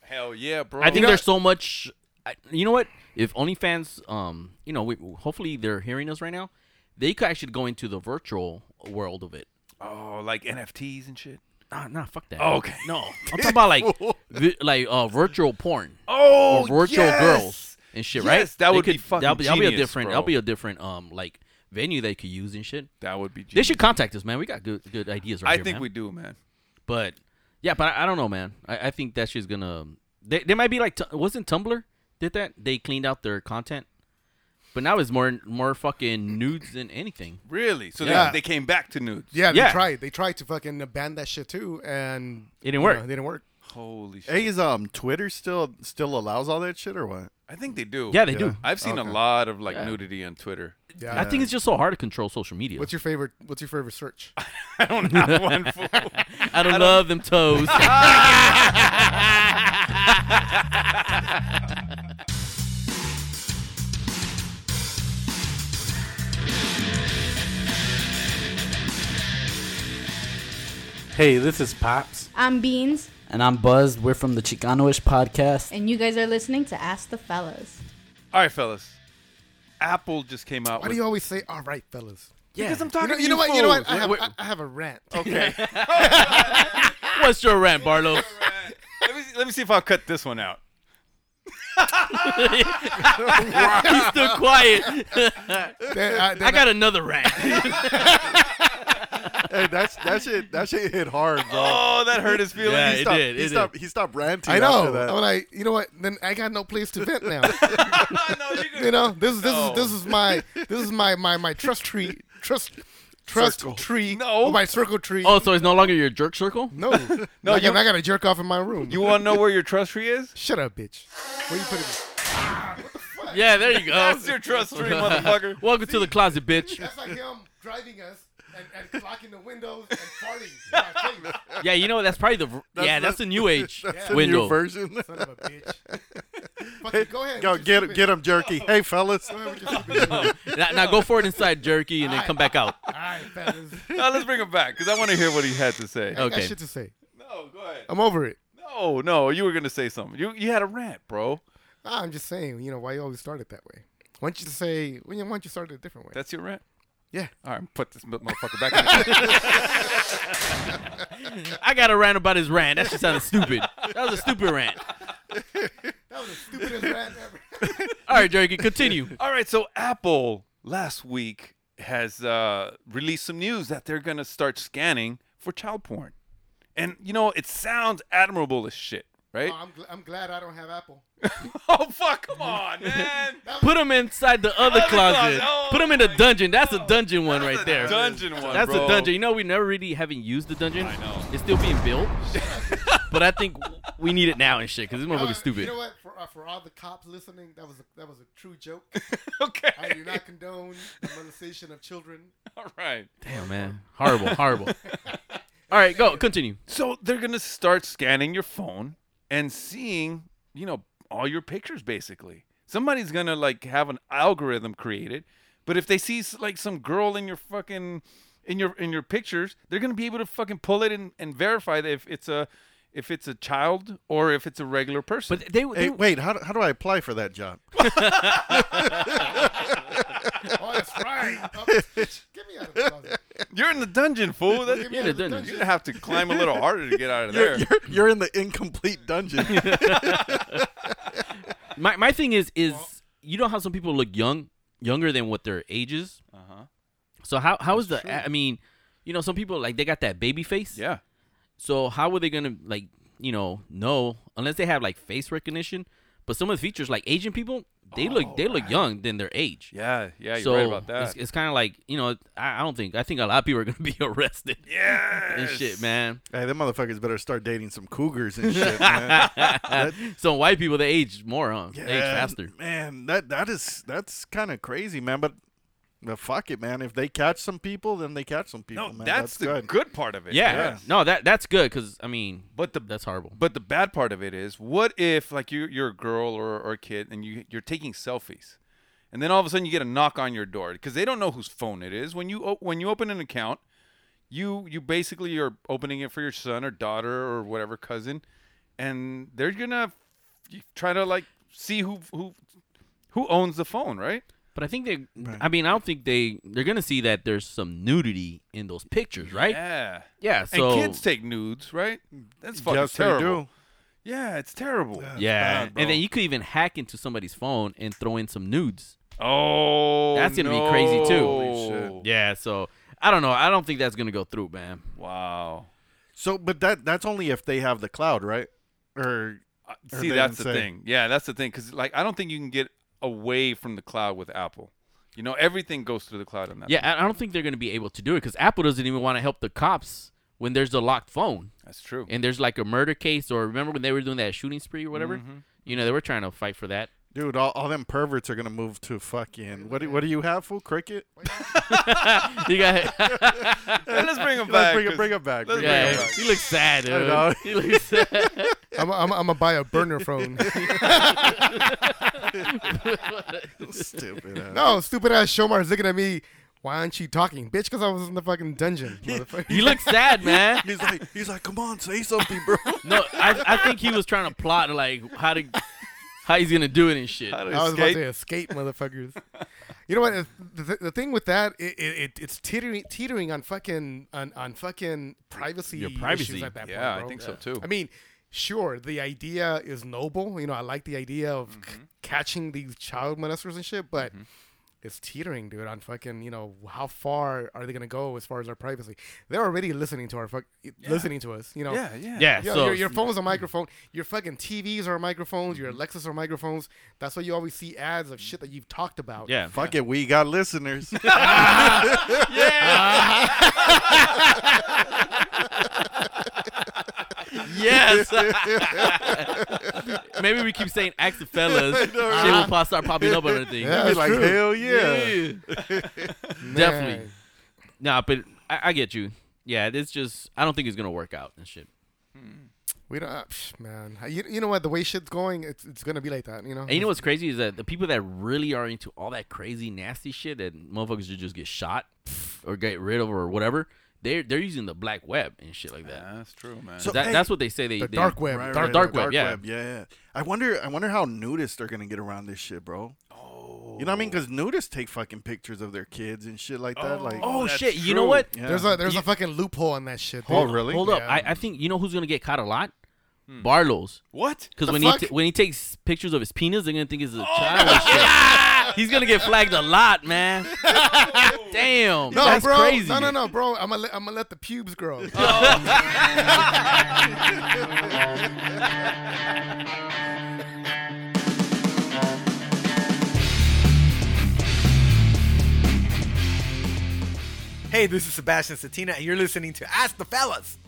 Hell yeah, bro. I think know- there's so much. I, you know what? If OnlyFans, um, you know, we, hopefully they're hearing us right now. They could actually go into the virtual world of it. oh, like NFTs and shit. Nah, nah, fuck that. Oh, okay. no, I'm talking about like, vi- like uh, virtual porn Oh, or virtual yes! girls and shit, right? Yes, that They would be fucking that'll be, that'll be a genius, different. bro. That'll be a different um like venue they could use and shit. That would be. Genius. They should contact us, man. We got good good ideas right I here, think man. we do, man. But yeah, but I, I don't know, man. I, I think that shit's gonna. um, They, they might be like, Tu- wasn't Tumblr did that? They cleaned out their content, but now it's more more fucking nudes than anything. Really? So Yeah. they, they came back to nudes. Yeah, they Yeah. tried. They tried to fucking ban that shit too, and It you didn't know, work. it didn't work. Holy shit. Hey, is um Twitter still still allows all that shit or what? I think they do. Yeah, they do. I've seen a lot of like nudity on Twitter. Yeah. I think it's just so hard to control social media. What's your favorite? What's your favorite search? I don't have one. Fool. I don't love them toes. Hey, this is Pops. I'm Beans, And I'm Buzzed. We're from the Chicanoish podcast. and you guys are listening to Ask the Fellas. All right, fellas. Apple just came out. Why do with, you always say "all right, fellas"? Because I'm You talking know, to you know what? You know what? I fools. have, Wait, I, I have a rant. Okay. What's your rant, Barlow? let, me see, let me see if I'll cut this one out. He's still quiet. Then I, then I got another rant. Hey, that's that shit that shit hit hard, bro. Oh, that hurt his feelings. Yeah, he it stopped, did. he It stopped did. he stopped ranting I know. after that. I'm like, you know what? Then I got no place to vent now. no, you you know, this is this No. is this is my this is my my my trust tree trust trust tree. No. or my circle tree. Oh, so it's no longer your jerk circle? no, no, I, got, I got a jerk off in my room. You want to know where your trust tree is? shut up, bitch. Where you put it? Yeah, there you go. That's your trust tree, motherfucker. Welcome to the closet, bitch. That's like him driving us and, and clocking the windows and farting. in my face. Yeah, you know what? that's probably the yeah, the- that's the new age the window. new version. Son of a bitch. Fucking go ahead. Go with get your stupid- get him jerky. Hey, fellas. Go ahead with your stupid shit. All now, now go for it inside jerky and then come back out. right, fellas. No, let's bring him back because I want to hear what he had to say. I got Okay. shit to say. No, go ahead. I'm over it. No, no, you were gonna say something. You you had a rant, bro. Ah, I'm just saying, you know, why you always start it that way? Why don't you say, why don't you start it a different way? That's your rant. yeah. All right, put this motherfucker back. in. I got a rant about his rant. That just sounded stupid. That was a stupid rant. That was the stupidest rant ever. All right, Jerky, continue. All right, so Apple last week has uh, released some news that they're gonna start scanning for child porn, and you know it sounds admirable as shit, right? Oh, I'm, gl- I'm glad I don't have Apple. Oh fuck! Come on, man. Put him inside the other Other closet. closet. Oh Put him in the dungeon. That's a dungeon one right there. Dungeon one. That's bro. a dungeon. You know, we never really haven't used the dungeon. I know. It's still being built. but I think we need it now and shit because this Uh, motherfucker's You stupid. know what? For, uh, for all the cops listening, that was a, that was a true joke. Okay. I do not condone the molestation of children. All right. Damn, man. Horrible, horrible. All right, go. Continue. So they're gonna start scanning your phone and seeing, you know, all your pictures basically. Somebody's gonna like have an algorithm created, but if they see s- like some girl in your fucking in your in your pictures, they're gonna be able to fucking pull it and, and verify that if it's a if it's a child or if it's a regular person. But they, Hey, they wait, how do, how do I apply for that job? Oh, that's right. Oh, bitch, get me out of the closet. you're in the dungeon, fool. That, me yeah, out the of the dungeon. you're gonna have to climb a little harder to get out of there. You're, you're in the incomplete dungeon. My my thing is is you know how some people look young, younger than what their age is. Uh Uh-huh. huh. So how how is the I mean, you know, some people like they got that baby face. Yeah. So how are they gonna like you know know unless they have like face recognition? But some of the features like Asian people, they Oh, look they look young than their age. Yeah, yeah, you're right about that. It's, it's kind of like you know I, I don't think I think a lot of people are gonna be arrested. Yeah. And shit, man. Hey, them motherfuckers better start dating some cougars and shit, man. That- Some white people they age more, huh? They age Yeah, faster. Man, that that is that's kind of crazy, man. But, but fuck it, man. If they catch some people, then they catch some people. No, Oh, man. that's the good. good part of it. Yeah. Yeah. No, that that's good because I mean, but the that's horrible. But the bad part of it is, what if like you you're a girl or, or a kid and you you're taking selfies, and then all of a sudden you get a knock on your door because they don't know whose phone it is when you o- when you open an account, you you basically are opening it for your son or daughter or whatever cousin, and they're gonna f- try to like see who who who owns the phone, right? But I think they. I mean, I don't think they they're gonna see that there's some nudity in those pictures, right? Yeah. Yeah. And So kids take nudes, right? That's fucking Yes, they terrible. Yeah, it's terrible. yeah, bad, and bro. then you could even hack into somebody's phone and throw in some nudes. Oh, that's gonna be crazy too. no. Yeah. So I don't know. I don't think that's gonna go through, man. Wow. So, but that that's only if they have the cloud, right? Or or See, they that's the didn't say. thing. Yeah, that's the thing. Because like, I don't think you can get away from the cloud with Apple. You know, everything goes through the cloud on that. Yeah, I- I don't think they're gonna be able to do it because Apple doesn't even want to help the cops when there's a locked phone. That's true. And there's like a murder case, or remember when they were doing that shooting spree or whatever? Mm-hmm. Mhm. You know, they were trying to fight for that. Dude, all, all them perverts are gonna move to fucking what? do- What do you have, fool? Cricket? you got. let's bring him Let's back, bring, 'cause- him- bring him back. bring him let's bring him back. back. He looks sad, I dude. know. He looks sad. I'm I'm gonna buy a burner phone. Stupid. ass. no, stupid ass Shomar's looking at me. Why aren't you talking, bitch? Because I was in the fucking dungeon. motherfucker. You look sad, man. He's like, he's like, come on, say something, bro. No, I, I think he was trying to plot like how to how he's gonna do it and shit. I was about to escape, motherfuckers. you know what? The, the, the thing with that, it, it, it it's teetering teetering on fucking on, on fucking privacy, Your privacy. issues at that Yeah, I point. bro. think so, too. I mean, sure, the idea is noble. You know, I like the idea of c- Mm-hmm. catching these child molesters and shit, but. It's teetering, dude. On fucking, you know, how far are they gonna go as far as our privacy? They're already listening to our fuck, listening to us. You know, Yeah, yeah. Yeah, Your, so- your, your phone's a microphone. Your fucking TVs are microphones. Your Alexas are microphones. That's why you always see ads of shit that you've talked about. Yeah. Fuck it, we got listeners. Yes. Maybe we keep saying ask the fellas. shit will pop, start popping up on everything. Yeah, Be that's like, true. hell yeah. Definitely. Man. Nah, but I, I get you. Yeah, it's just I don't think it's gonna work out and shit. We don't, uh, psh, man. You, you know what? The way shit's going, it's, it's gonna be like that. You know. And you know what's crazy is that the people that really are into all that crazy nasty shit that motherfuckers should just get shot or get rid of or whatever, they're they're using the black web and shit like that. That's true, man. So- that hey, that's what they say they Uh, the they- dark web, Right, dark, right, dark the web, yeah. yeah, yeah. I wonder, I wonder how nudists are gonna get around this shit, bro. Oh, you know what I mean? Because nudists take fucking pictures of their kids and shit like that. like, Oh That's shit! You know true. what? yeah. There's a there's a fucking loophole in that shit. Oh, dude. really? Hold up, Yeah. Hmm. I, I think you know who's gonna get caught a lot. Barlow's, what? because The when fuck? Oh, he t- when he takes pictures of his penis, they're gonna think he's a child. and shit. He's gonna get flagged a lot, man. Damn, No, that's bro. crazy. No, no, no, bro. I'm gonna let, I'm gonna let the pubes grow. Uh, Hey, this is Sebastian Satina, and you're listening to Ask the Fellas.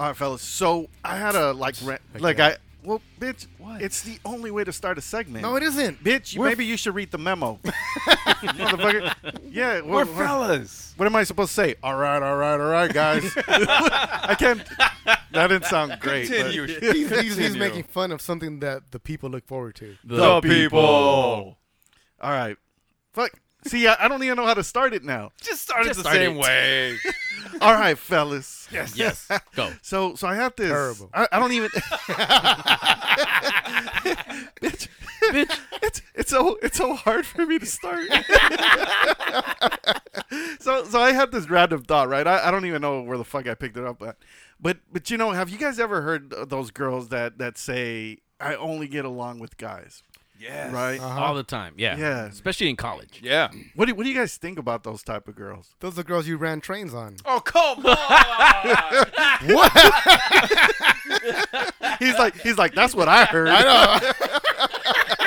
All right, fellas. So I had a like rant. Like I, well, bitch, it's the only way to start a segment. No, it isn't. bitch. You, maybe you should read the memo, motherfucker. Yeah, We're what, what, fellas. what am I supposed to say? All right, all right, all right, guys. I can't. That didn't sound great. but- he's, he's, he's Continue. making fun of something that the people look forward to. The people. All right, fuck. See, I, I don't even know how to start it now. Just started Just the start same it. way. All right, fellas. Yes. Yes, go. So, so I have this. Terrible. I, I don't even. bitch, bitch, it's it's so it's so hard for me to start. so, so I had this random thought, right? I, I don't even know where the fuck I picked it up at, but but you know, have you guys ever heard th- those girls that that say I only get along with guys? Yes. Right. Uh-huh. All the time. Yeah. Yeah. Especially in college. Yeah. What do, what do you guys think about those type of girls? Those are the girls you ran trains on. Oh come on! what? he's like he's like that's what I heard. I know.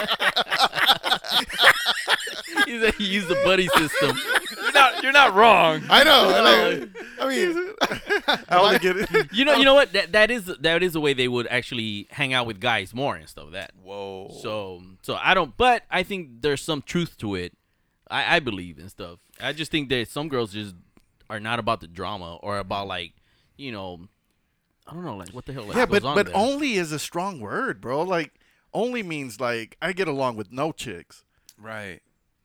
he's like, he used the buddy system. You're not, you're not wrong. I know. I, know. I mean, I only get it. You know, you know what? That that is that is the way they would actually hang out with guys more and stuff. like That whoa. So so I don't, but I think there's some truth to it. I I believe and stuff. I just think that some girls just are not about the drama or about like you know, I don't know, like what the hell. Like, yeah, goes but on but there. only is a strong word, bro. Like only means like I get along with no chicks. Right.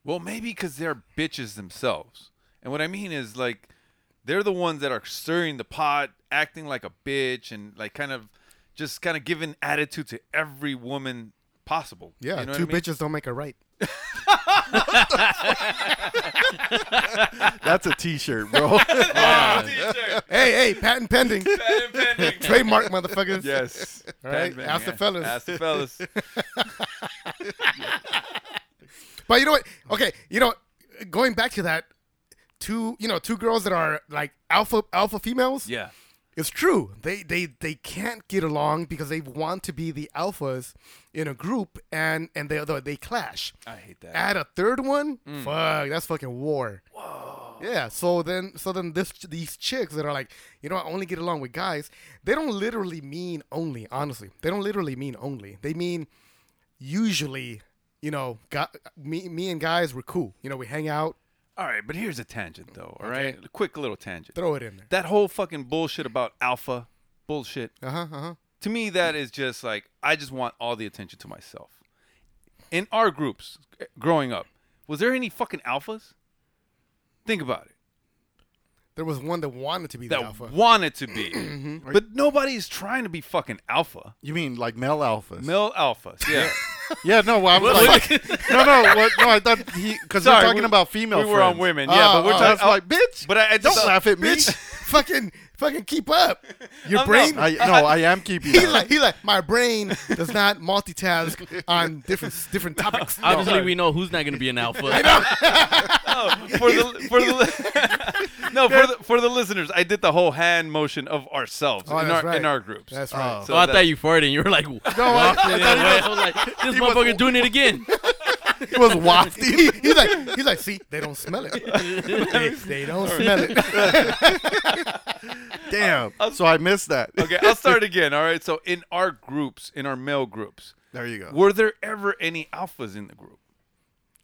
Well, maybe because they're bitches themselves. And what I mean is, like, they're the ones that are stirring the pot, acting like a bitch, and, like, kind of just kind of giving attitude to every woman possible. yeah, You know what two I mean? bitches don't make a right. That's a T-shirt, bro. That's a t-shirt. hey, hey, patent pending. Patent pending. Trademark, motherfuckers. Yes. All right. Patent pending, Ask the yeah. fellas. Ask the fellas. But you know what? Okay, you know, what? going back to that, two you know two girls that are like alpha alpha females. Yeah. It's true. They they they can't get along because they want to be the alphas in a group, and and they they clash. I hate that. Add a third one. Mm. Fuck, that's fucking war. Yeah. So then, so then this these chicks that are like, you know, I only get along with guys. They don't literally mean only. Honestly, they don't literally mean only. They mean usually, you know, gu- me me and guys were cool. You know, we hang out. All right, but here's a tangent though. All right, a quick little tangent. Throw it in there. That whole fucking bullshit about alpha bullshit. Uh Uh-huh, huh. Uh huh. To me, that is just like I just want all the attention to myself. In our groups, eh, growing up, was there any fucking alphas? Think about it. There was one that wanted to be That the alpha. wanted to Mm-hmm. be, but nobody's trying to be fucking alpha. You mean like male alphas? Male alphas, yeah. Yeah, no, well, I'm What? like, no, no, what, no. I thought he because we're Sorry, talking we- about female. we were on friends. women, yeah, but we're talking- That's like, bitch. But I, I don't just- laugh at me. Bitch, fucking, fucking keep up. Your I'm brain. I, no, I am keeping. He up. like, he like, my brain does not multitask on different different topics. Uh, Obviously, we know who's not going to be an alpha. No, for the for the no for the for the listeners, I did the whole hand motion of ourselves Oh, in that's our right. in our groups. That's right. Oh, I that- thought you farted. and You were like, I- wafting I it thought he away. was- I was like, this he was- motherfucker doing it again. he was wafting. he, he's like, he's like, see, they don't smell it. They, they don't smell it. Damn. so I missed that. Okay, I'll start again. All right. So in our groups, in our male groups, There you go. were there ever any alphas in the group?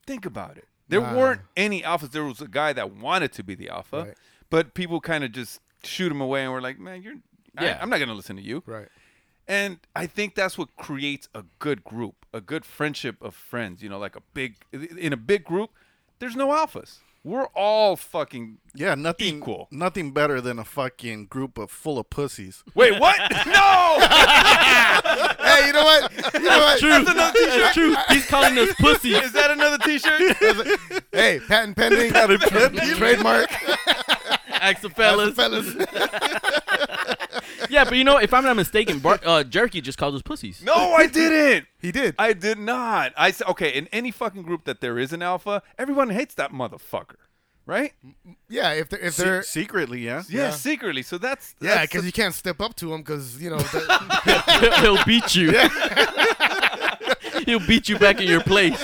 Think about it. There Nah. weren't any alphas. There was a guy that wanted to be the alpha, Right. but people kind of just shoot him away and we're like, man, you're. Yeah. I, I'm not gonna listen to you. Right. And I think that's what creates a good group, a good friendship of friends. You know, like a big in a big group, there's no alphas. We're all fucking Yeah, nothing. Equal. Nothing better than a fucking group of full of pussies. Wait, what? no. Hey, you know what? You know what? That's another t-shirt. True. He's calling us pussy. Is that another t-shirt? Hey, patent pending, patent pending, trademark, Ask the fellas. fellas. fellas. Yeah, but you know, if I'm not mistaken, bar- uh, Jerky just called us pussies. No, I didn't. He did. I did not. I said okay. In any fucking group that there is an alpha, everyone hates that motherfucker, right? yeah, if they're if Se- they're secretly, yeah. Yeah, secretly. So that's yeah, that's because the- you can't step up to them because you know. the- He'll beat you. He'll beat you back in your place.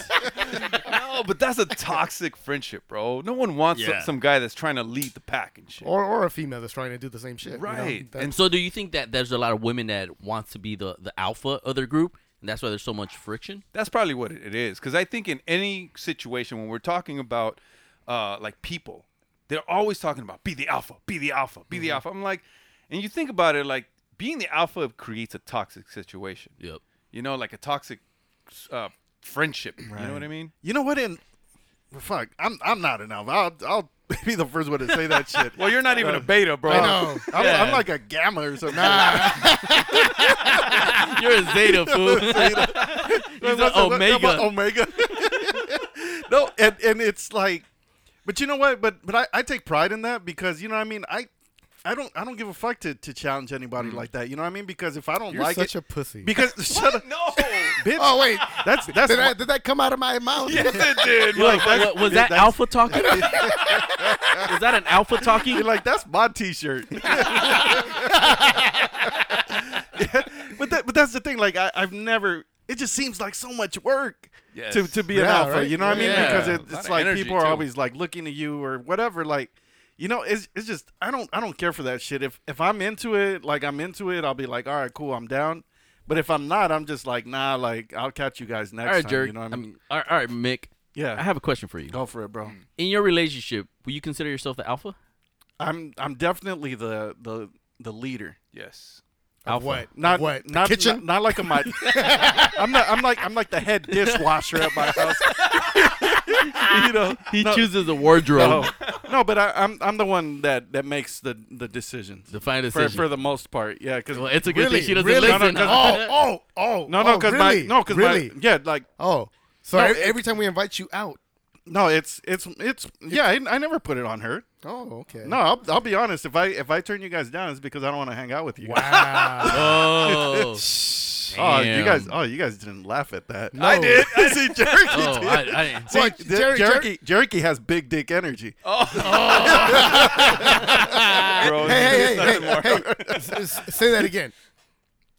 no, but that's a toxic friendship, bro. No one wants Yeah. some, some guy that's trying to lead the pack and shit. or or a female that's trying to do the same shit. you know? Right. That- And so, do you think that there's a lot of women that wants to be the the alpha of their group, and that's why there's so much friction? That's probably what it is. Because I think in any situation, when we're talking about uh, like people, they're always talking about be the alpha, be the alpha, be Mm-hmm. the alpha. I'm like, and you think about it, like being the alpha creates a toxic situation. Yep. You know, like a toxic uh, friendship. You know what I mean? You know what? In fuck, I'm I'm not an alpha. I'll, I'll be the first one to say that shit. Well, you're not even a beta, bro. Uh, I know. I'm, I'm like a gamma or something. You're a Zeta fool. He's an What's the- what- what- Omega. Omega. no, and and it's like, but you know what? But but I, I take pride in that because you know what I mean I I don't I don't give a fuck to, to challenge anybody Mm. like that. You know what I mean? Because if I don't You're like such it, a pussy. Because shut up, no, bitch. Oh wait, that's that's did, why- that, did that come out of my mouth? Yes, it did, You're like, motherfucker. that's- Was that that's- alpha talking? Is that an alpha talking? You're like, that's my T-shirt. but that, but that's the thing. Like I, I've never. It just seems like so much work Yes. to, to be an Yeah, alpha. right? You know what I mean? Yeah. Because A it, lot it's of like energy, people are too. always like looking at you or whatever. Like, you know, it's it's just I don't I don't care for that shit. If if I'm into it, like I'm into it, I'll be like, all right, cool, I'm down. But if I'm not, I'm just like, nah, like I'll catch you guys next all right, time. Jerry. You know what I mean? all right- all right, Mick. Yeah. I have a question for you. Go for it, bro. In your relationship, will you consider yourself the alpha? I'm I'm definitely the the the leader. Yes. Alpha. what? Not Of what? The Not kitchen? Not, not like a my. I'm not. I'm like. I'm like the head dishwasher at my house. you know. He chooses the wardrobe. No, no but I, I'm I'm the one that that makes the the decisions. The final For- decision. For, the most part, yeah. Because Well, it's a good thing Really? she doesn't Really? listen. No, no, 'cause- Oh, oh, oh, No, no, oh, because really? my no, because my Really? yeah, like oh, so No, ev- it- every time we invite you out, no, it's it's it's yeah. I, I never put it on her. oh, okay. No, I'll, I'll be honest. If I if I turn you guys down, it's because I don't want to hang out with you. Wow. Oh. Oh, you Damn. guys! Oh, you guys didn't laugh at that. No. I did. See, Jerky. Oh, did. I- I didn't. See, What, the- Jerry- Jerky, Jerky has big dick energy. Oh. Bro, hey, hey, hey, nothing hey, more. hey, s- s- say that again.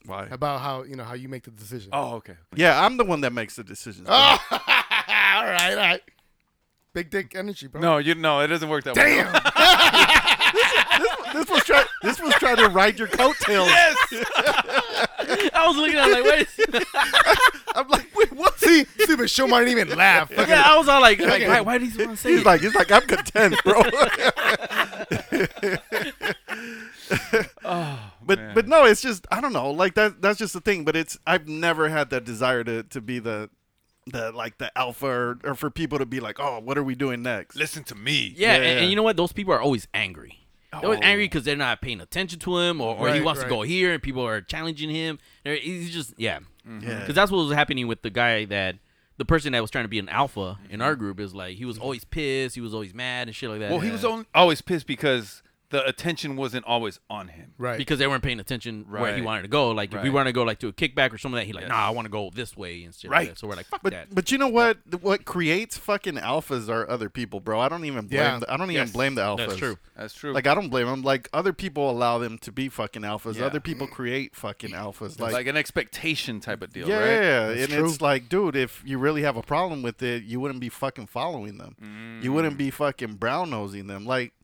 Why? About how you know how you make the decision. Oh, okay. Yeah, I'm the one that makes the decisions. bro. Oh, all right, all right. Big dick energy, bro. No, you no, it doesn't work that way. Damn. This was try. This was trying to ride your coattails. Yes. I was looking at it like, wait. I'm like, wait, what? see, see, but Show might even laugh. Yeah, I was all like, like why, why did he want to say He's it? like, he's like, I'm content, bro. but man. but no, it's just I don't know. Like that that's just the thing. But it's I've never had that desire to to be the the like the alpha or, or for people to be like, oh, what are we doing next? Listen to me. yeah, Yeah. And, and you know what? Those people are always angry. They're always Oh. angry because they're not paying attention to him, or, or he Right, wants right. to go here, and people are challenging him. They're- He's just yeah, because Yeah. that's what was happening with the guy that the person that was trying to be an alpha in our group is like he was always pissed, he was always mad and shit like that. Well, he was on, always pissed because the attention wasn't always on him. Right. because they weren't paying attention where he Right. wanted to go. Like if we Right. wanted to go like to a kickback or something like that, he like nah, I want to go this way and shit. Like Right. that. So we're like fuck But that. but you know what? What creates fucking alphas are other people, bro. I don't even blame. Yeah. The, I don't even Yes. blame the alphas. That's true. That's true. Like I don't blame them. Like other people allow them to be fucking alphas. Yeah. Other people create fucking alphas. like, Like, an expectation type of deal, yeah, right? yeah. That's and it's like, dude, if you really have a problem with it, you wouldn't be fucking following them. You Mm. wouldn't be fucking brown nosing them. Like,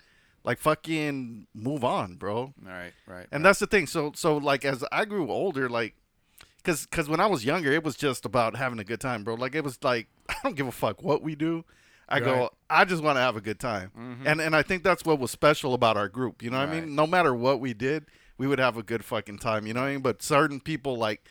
like fucking move on, bro. All right, right. And right. that's the thing. So so like as I grew older, like cuz cuz when I was younger, it was just about having a good time, bro. Like it was like I don't give a fuck what we do. I Right. Mm-hmm. go, I just want to have a good time. And and I think that's what was special about our group, you know what I Right. mean? No matter what we did, we would have a good fucking time, you know what I mean? But certain people like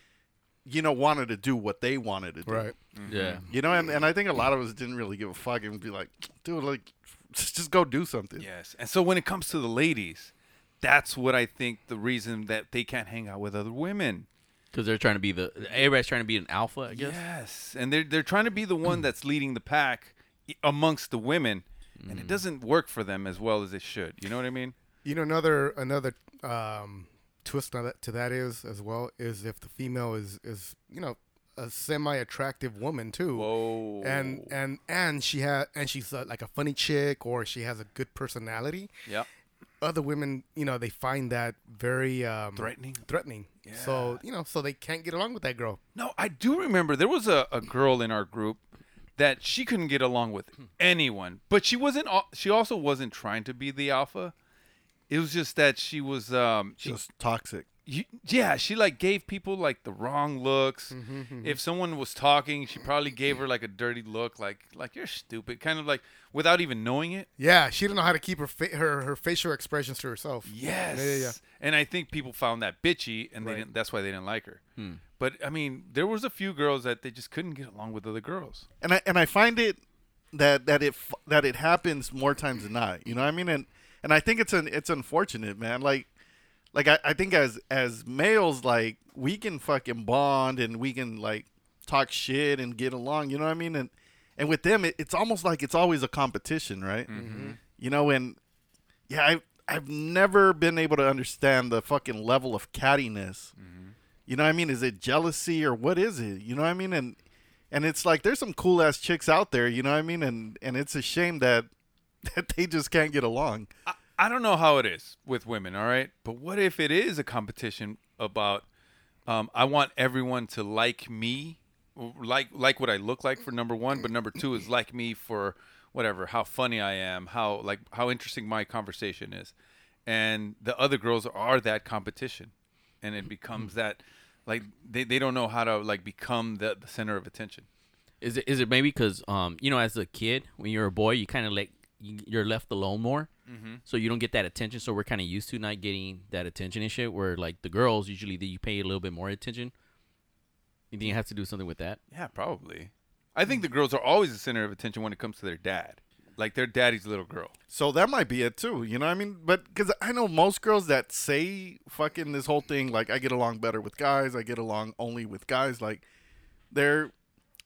you know wanted to do what they wanted to do. Right. Yeah. You know, and, and I think a lot of us didn't really give a fuck and be like, dude, like just go do something. yes. And so when it comes to the ladies, that's what I think the reason that they can't hang out with other women. Because they're trying to be the everybody's trying to be an alpha, I guess. Yes, and they're they're trying to be the one that's leading the pack i- amongst the women, and it doesn't work for them as well as it should. You know what I mean? You know, another another um, twist on that, to that is as well is if the female is is you know a semi-attractive woman too, Whoa. and and and she has and she's uh, like a funny chick or she has a good personality. Yeah. Other women, you know, they find that very um, Threatening? Threatening. So you know, so they can't get along with that girl. No, I do remember there was a, a girl in our group that she couldn't get along with anyone, but she wasn't. al- She also wasn't trying to be the alpha. It was just that she was. Um, she, Just toxic. you, yeah, she like gave people like the wrong looks. Mm-hmm, If someone was talking, she probably gave her like a dirty look, like like you're stupid, kind of like without even knowing it. Yeah, she didn't know how to keep her fa- her her facial expressions to herself. Yes. Yeah, yeah, yeah. And I think people found that bitchy, and they didn't, that's why they didn't like her. Hmm. But I mean, there was a few girls that they just couldn't get along with other girls. and I and I find it that that it f- that it happens more times than not. You know what I mean? And and I think it's an it's unfortunate, man. Like like I, I think as as males, like we can fucking bond and we can like talk shit and get along. You know what I mean? And and with them, it, it's almost like it's always a competition, right? You know, and yeah, I I've never been able to understand the fucking level of cattiness. You know what I mean? Is it jealousy or what is it? You know what I mean? And and it's like there's some cool ass chicks out there. You know what I mean? And and it's a shame that that they just can't get along. I don't know how it is with women, all right? But what if it is a competition about um, I want everyone to like me, like like what I look like for number 1, but number 2 is like me for whatever, how funny I am, how like how interesting my conversation is. And the other girls are that competition. And it becomes that like they, they don't know how to like become the, the center of attention. Is it is it maybe because um you know as a kid when you're a boy you kind of like you- you're left alone more, Mhm. so you don't get that attention. So we're kind of used to not getting that attention and shit. Where like the girls usually that you pay a little bit more attention. You think it has to do something with that? Yeah, probably. I think the girls are always the center of attention when it comes to their dad. Like their daddy's little girl. So that might be it too. You know what I mean? But because I know most girls that say fucking this whole thing, like I get along better with guys, I get along only with guys. Like they're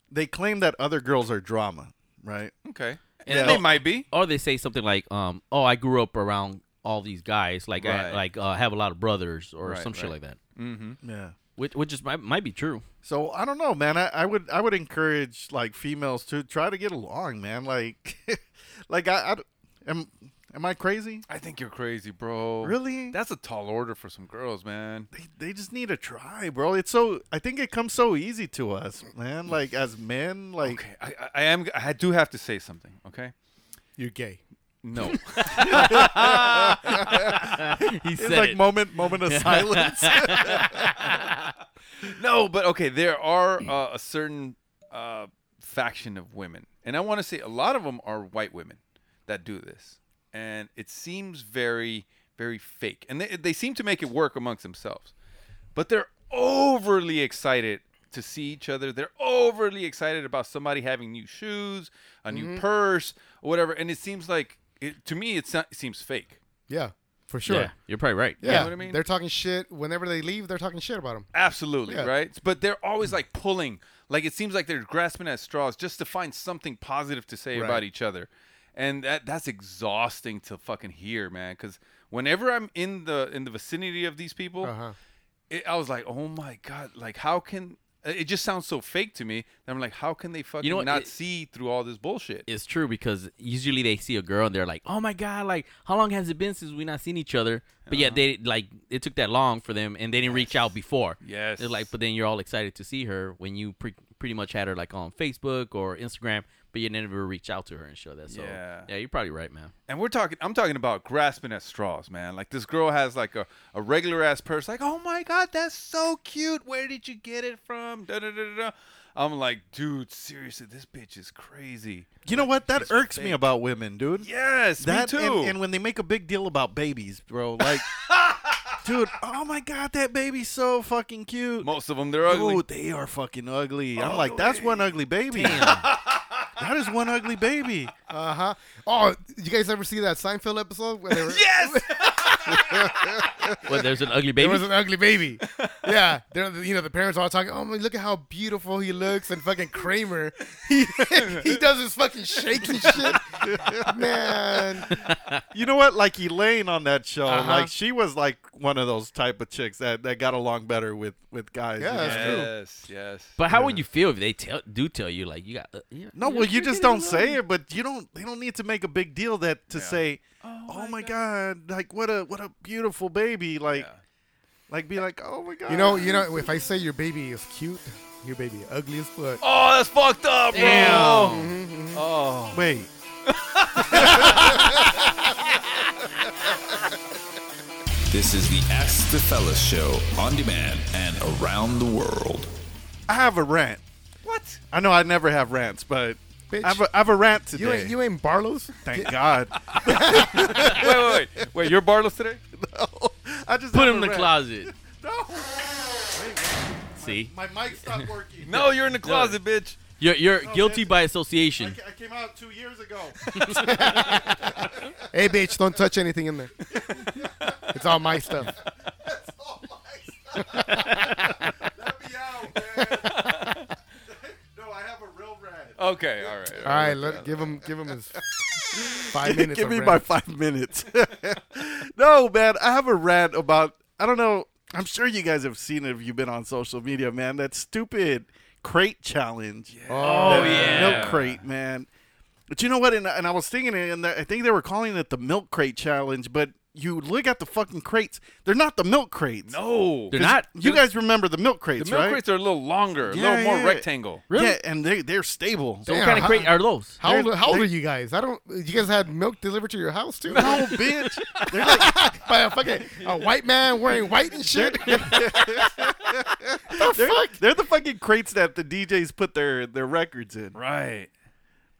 they claim that other girls are drama, right? Okay. And they might be. Or they say something like, um, "Oh, I grew up around all these guys. Like, I Right. like uh, have a lot of brothers or Right, some shit right. like that." Mhm. Yeah. Which, which is might, might be true. So I don't know, man. I, I would I would encourage like females to try to get along, man. Like, like I, I d- am am I crazy? I think you're crazy, bro. Really? That's a tall order for some girls, man. they just need to try, bro. It's so I think it comes so easy to us, man. Like as men, like I, I- I am. I do have to say something. Okay. You're gay. No. He It's said like it. moment- moment of silence. no, but okay. There are uh, a certain uh, faction of women, and I want to say a lot of them are white women that do this, and it seems very, very fake, and they they seem to make it work amongst themselves, but they're overly excited to see each other. They're overly excited about somebody having new shoes, a new Mhm. purse, or whatever, and it seems like it, to me it's not, it seems fake. Yeah, for sure. Yeah, you're probably right. Yeah, You know what I mean? they're talking shit. Whenever they leave, they're talking shit about them. Absolutely, Yeah. right? But they're Mm. always like pulling. Like it seems like they're grasping at straws just to find something positive to say Right. about each other. And that that's exhausting to fucking hear, man, cuz whenever I'm in the in the vicinity of these people, Uh-huh. it, I was like, "Oh my god, like how can it just sounds so fake to me." That I'm like, "How can they fucking You know what? not It- see through all this bullshit?" It's true because usually they see a girl and they're like, "Oh my god, like how long has it been since we not seen each other?" But yeah, they like it took that long for them and they didn't reach out before. Uh-huh. Yes. It's like, but then you're all excited to see her when you pre- pretty much had her like on Facebook or Instagram, but you never reached out to her and show that. So Yeah. yeah you're probably right, man. And we're talking. I'm talking about grasping at straws, man. Like this girl has like a, a regular ass purse. Like, oh my god, that's so cute. Where did you get it from? Da, da, da, da, da. I'm like, dude, seriously, this bitch is crazy. You know what? That It's irks me fake. about women, dude. Yes, me that, and- too. And, when they make a big deal about babies, bro, like, dude, oh my god, that baby's so fucking cute. Most of them, they're ugly. Dude, they are fucking ugly. I'm like, that's one ugly baby. that is one ugly baby. Uh huh. Oh, you guys ever see that Seinfeld episode? Where they were- Well, there's an ugly baby. There was an ugly baby. yeah, they're, you know the parents are all talking. Oh, my, look at how beautiful he looks, and fucking Kramer, he, he does his fucking shaking shit. Man, You know what? Like Elaine on that show, Uh-huh. like she was like one of those type of chicks that, that got along better with with guys. you know? yes, yes. But how would you feel if they tell do tell you like you got? Uh, yeah, No, well, you just don't say it, but you don't. They don't need to make a big deal that to say, "Oh, my, god. like what a what a beautiful baby!" Like, like be like, "Oh my god!" you know, you know, if I say your baby is cute, your baby ugly as fuck. Oh, that's fucked up, bro. Damn. Oh, wait. This is the Ask the Fellas show on demand and around the world. I have a rant. What? I know I never have rants, but Bitch. I, have a, I have a rant today. You ain't you ain't Barlow's. uh, Thank God. wait, wait, wait, wait. You're Bartles today? I just Put have him in a the rant. closet. No. See, My mic stopped working. No, you're in the closet, bitch. you're you're No, guilty bitch. by association. I came out two years ago. Hey, bitch, don't touch anything in there. It's all my stuff. It's all Oh, my stuff. Let me out, man. no, I have a real rant. Okay, all right. All right, let, give him give him his five minutes. Give of me rant. my five minutes. No, man, I have a rant about. I don't know. I'm sure you guys have seen it if you've been on social media, man. That stupid crate challenge. Oh, That yeah. milk crate, man. But you know what? And, and I was thinking, it, and I think they were calling it the milk crate challenge, but. You look at the fucking crates. They're not the milk crates. No. They're 'Cause not. You guys remember the milk The crates, milk right? crates are a little longer, a little more rectangle. Yeah, and they they're stable. Damn, how- How They're- old, how old they're- are you guys? I don't. You guys had milk delivered to your house too? No, bitch. They're like by a fucking a white man wearing white and shit. they're, they're the fucking crates that the DJs put their, their records in. Right.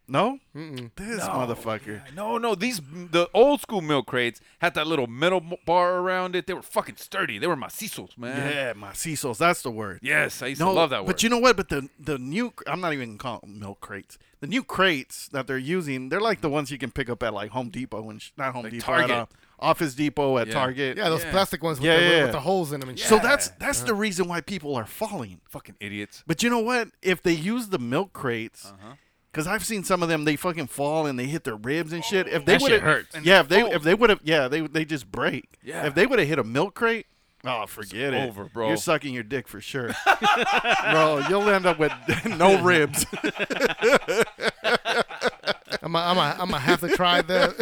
No? This motherfucker. No, no, these the old school milk crates had that little metal m- bar around it. They were fucking sturdy. They were macizos, man. Yeah, macizos. That's the word. Yes, I used to love that But word. you know what? But the the new I'm not even gonna call them milk crates. The new crates that they're using, they're like the ones you can pick up at like Home Depot and sh- not Home Depot, Target. At, uh, Office Depot at Yeah. Target. Yeah, those Yeah. plastic ones with the- with the holes in 'em and shit. So that's Yeah. that's Uh-huh. the reason why people are falling. Fucking idiots. But you know what? If they use the milk crates, because I've seen some of them, they fucking fall and they hit their ribs and shit. Oh. If they That would shit have hurts. yeah, if they if they would have, yeah, they they just break. Yeah. If they would have hit a milk crate, oh, forget it, over, bro. You're sucking your dick for sure, bro. You'll end up with no ribs. I'm a, I'm a, I'm a have to try that.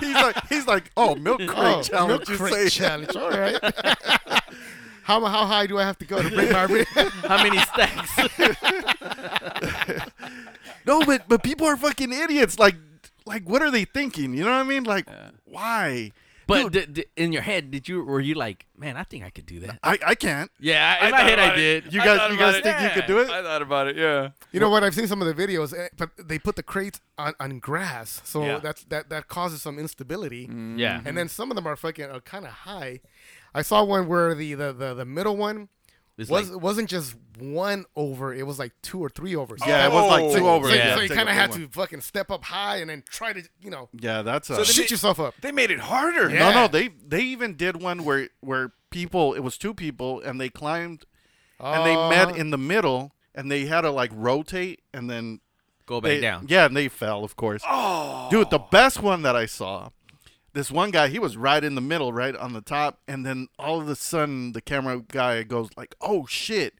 he's like he's like oh milk crate challenge. Milk you crate say. challenge. All right. how how high do I have to go to break my rib? How many stacks? no, but but people are fucking idiots. Like like what are they thinking? You know what I mean? Like why? But d- d- in your head, did you were you like, man, I think I could do that? I, I can't. Yeah, in my thought head I about it. did. I thought about it. I thought about it. Yeah. You know what? I've seen some of the videos, eh, but they put the crates on, on grass, so Yeah. that's that that causes some instability. Yeah. and then some of them are fucking are kind of high. I saw one where the the the, the middle one. It's was like- wasn't just one over; it was like two or three overs. Yeah, it was like So- two overs. Oh. So, Yeah. so you Take kind a of had big to one. fucking step up high and then try to, you know, Yeah, that's So a, they Shoot made- yourself up. They made it harder. No, Yeah. no, they they even did one where where people it was two people and they climbed and they Uh. met in the middle and they had to like rotate and then Go back they- down. Yeah, and they fell, of course. Oh. dude, the best one that I saw. This one guy, he was right in the middle, right on the top, and then all of a sudden the camera guy goes like, "Oh shit!"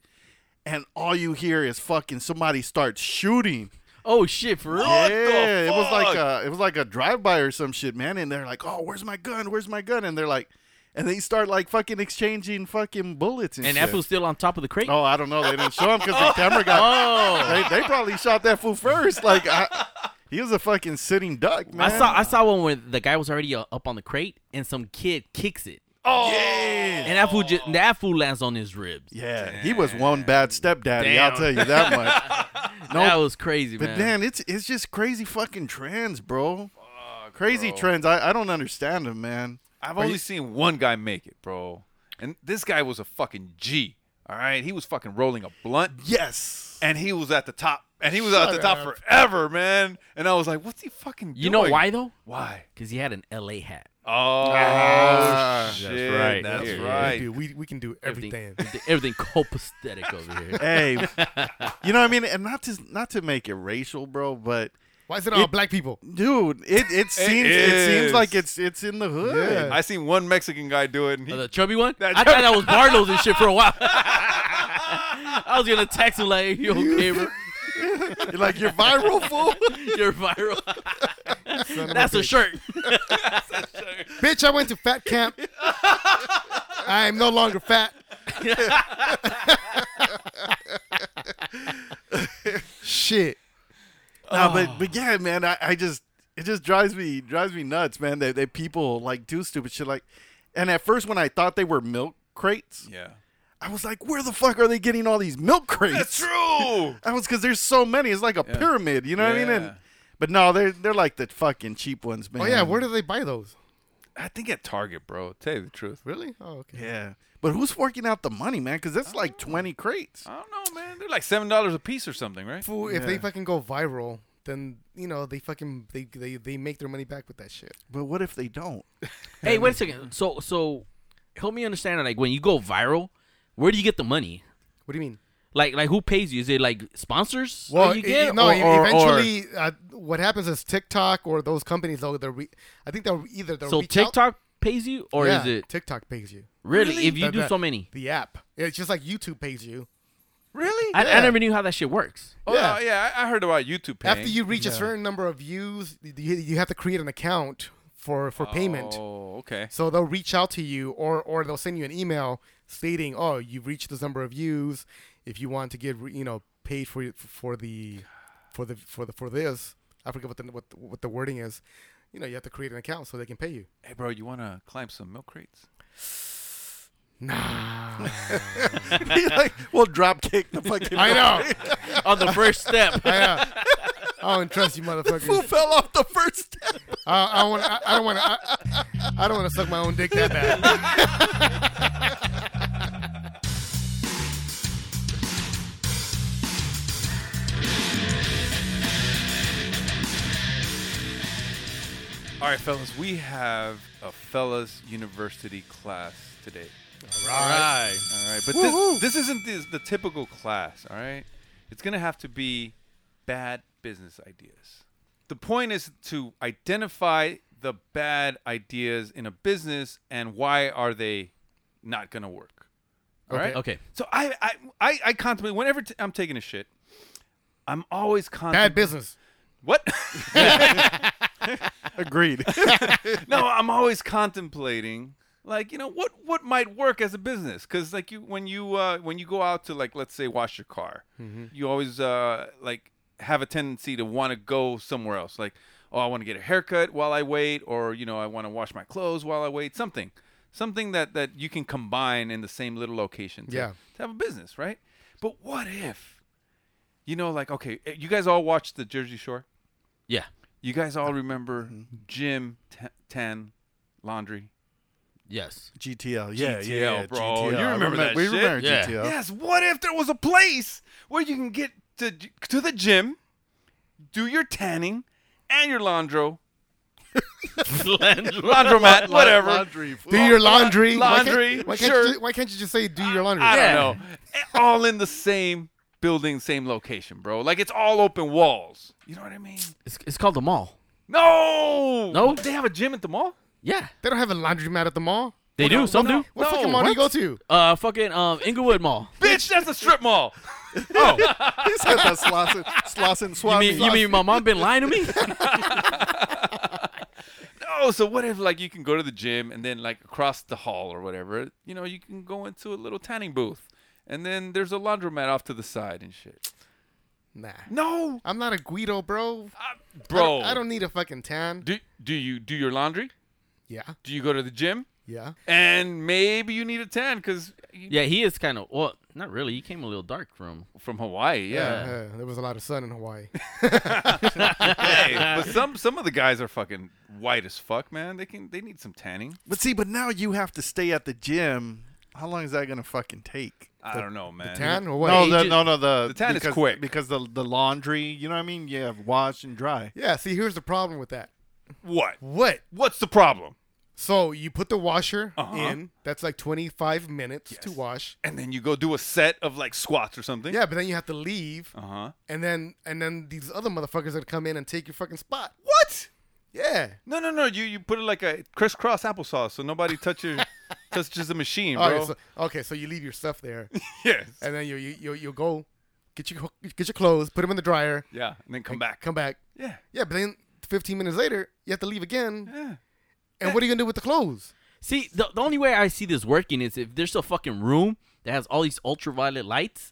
and all you hear is fucking somebody starts shooting. Oh shit, for real? Yeah, What the it was like fuck? a it was like a drive by or some shit, man. And they're like, "Oh, where's my gun? Where's my gun?" And they're like, and they start like fucking exchanging fucking bullets and, And shit. that fool's still on top of the crate. Oh, I don't know. They didn't show him because the camera got. Oh. They, they probably shot that fool first. Like, I, he was a fucking sitting duck, man. I saw I saw one where the guy was already uh, up on the crate and some kid kicks it. Oh, and that fool just, that fool lands on his ribs. Yeah, he was one bad stepdaddy. I'll Damn. tell you that much. That was crazy, but man. man, it's it's just crazy fucking trends, bro. crazy trends. I, I don't understand them, man. I've Are only you- seen one guy make it, bro. And this guy was a fucking G. All right, he was fucking rolling a blunt. Yes. And he was at the top. And he was Shut at the top up. forever, man. And I was like, what's he fucking doing? You know why though? Why? Because he had an LA hat. Oh, Ah, shit. that's right. That's Here it is. right. dude, we we can do everything. Everything, everything copacetic over here. hey, you know what I mean? And not to not to make it racial, bro, but Why is it all black people? Dude, it it seems it, seems is. like it's it's in the hood. I seen one Mexican guy do it. And he, the chubby one? I thought that was Bartles and shit for a while. I was gonna text him like, "You okay, bro?" You're like you're viral, fool. you're viral. Son of That's a, bitch. shirt. Bitch, I went to fat camp. I am no longer fat. Shit. No, Oh. but but yeah, man, I, I just it just drives me drives me nuts, man. That that people like do stupid shit like, and at first when I thought they were milk crates, yeah, I was like, where the fuck are they getting all these milk crates? That's true. I was because there's so many. It's like a pyramid, you know what I mean? Yeah. And, but no, they're they're like the fucking cheap ones, man. Oh yeah, where do they buy those? I think at Target, bro. Tell you the truth. Really? Oh okay. Yeah, but who's forking out the money, man? Because that's like twenty crates. I don't know, man. They're like seven dollars a piece or something, right? Fool, if they fucking go viral, then you know they fucking they, they they make their money back with that shit. But what if they don't? hey, wait a second. So, so help me understand. Like, when you go viral, where do you get the money? What do you mean? Like, like who pays you? Is it like sponsors? that Well, Oh, you it- get? no. Or- e- or- or- eventually, Uh, what happens is TikTok or those companies, they'll they'll re- I think they'll either they'll so reach out- TikTok pays you, or Yeah, is it TikTok pays you? Really? If you The- do the- so many, the app. It's just like YouTube pays you. Really? I, I never knew how that shit works. Oh yeah, yeah I I heard about YouTube. Paying. After you reach a certain number of views, you, you have to create an account for for payment. Oh, okay. So they'll reach out to you, or or they'll send you an email stating, "Oh, you've reached this number of views. If you want to get re- you know paid for your- for the for the for the for this, I forget what the what, the- what the wording is. You know, you have to create an account so they can pay you. Hey, bro, you want to climb some milk crates? Nah. like, we'll drop kick the fucking. I know. On the first step. I know. I don't trust you, motherfuckers. Who fell off the first step? I, I want. I, I don't want to. I, I don't want to suck my own dick that bad. All right, fellas, we have a fellas university class today. All right. All right, but Woohoo. this, this isn't the, the typical class, all right? It's going to have to be bad business ideas. The point is to identify the bad ideas in a business and why are they not going to work. All Okay. right. Okay. So I I I, I contemplate whenever t- I'm taking a shit, I'm always contemplating Bad business. What? Agreed. no, I'm always contemplating like you know what what might work as a business because like you when you uh, when you go out to like let's say wash your car Mhm. you always uh, like have a tendency to want to go somewhere else like oh i want to get a haircut while i wait or you know i want to wash my clothes while i wait something something that that you can combine in the same little location to, Yeah. to have a business right but what if you know like okay eh, you guys all watched the jersey shore yeah you guys all remember jim T- tan laundry Yes. GTL. Yeah, GTL, yeah, yeah, bro. GTL. You I remember remember- that we shit? remember Yeah. GTL. Yes. What if there was a place where you can get to to the gym, do your tanning, and your laundro. laundromat, Laun- whatever. laundry. Do your laundry. Why Laundry. can't, why can't shirt. you, ju- why can't you just say do your laundry? I don't know. all in the same building, same location, bro. Like it's all open walls. You know what I mean? It's, it's called the mall. No. No. They have a gym at the mall. Yeah. They don't have a laundromat at the mall. They do. some do. What fucking mall do you go to? Uh, fucking um, Inglewood Mall. Bitch, that's a strip mall. Oh, he said that Slauson, Slauson You Swami. mean, you mean my mom been lying to me? Oh, so what if like you can go to the gym and then like across the hall or whatever, you know, you can go into a little tanning booth, and then there's a laundromat off to the side and shit. Nah. No. I'm not a Guido, bro. bro. I don't, I don't need a fucking tan. Do do you do your laundry? Yeah. Do you go to the gym? Yeah. And maybe you need a tan because yeah, he is kind of well, not really. He came a little dark from from Hawaii. Yeah. Uh, there was a lot of sun in Hawaii. hey, but some some of the guys are fucking white as fuck, man. They can they need some tanning. But see, but now you have to stay at the gym. How long is that gonna fucking take? I The- don't know, man. tan or what? No, He the, ju- no, no. The, The tan is because- quick. because the the laundry. You know what I mean? You have wash and dry. yeah. See, here's the problem with that. What? What? What's the problem? So you put the washer Uh-huh. in. That's like 25 minutes to wash. And then you go do a set of like squats or something. Yeah, but then you have to leave, Uh huh. and then and then these other motherfuckers that come in and take your fucking spot. What? Yeah. No, no, no. You you put it like a crisscross applesauce, so nobody touches touches the machine, bro. Okay Oh, so, okay, so you leave your stuff there. Yes. And then you you you you go get your get your clothes, put them in the dryer. yeah, and then come back. Come back. Yeah. Yeah, but then 15 minutes later, you have to leave again. Yeah. And what are you gonna do with the clothes? See, the, the only way I see this working is if there's a fucking room that has all these ultraviolet lights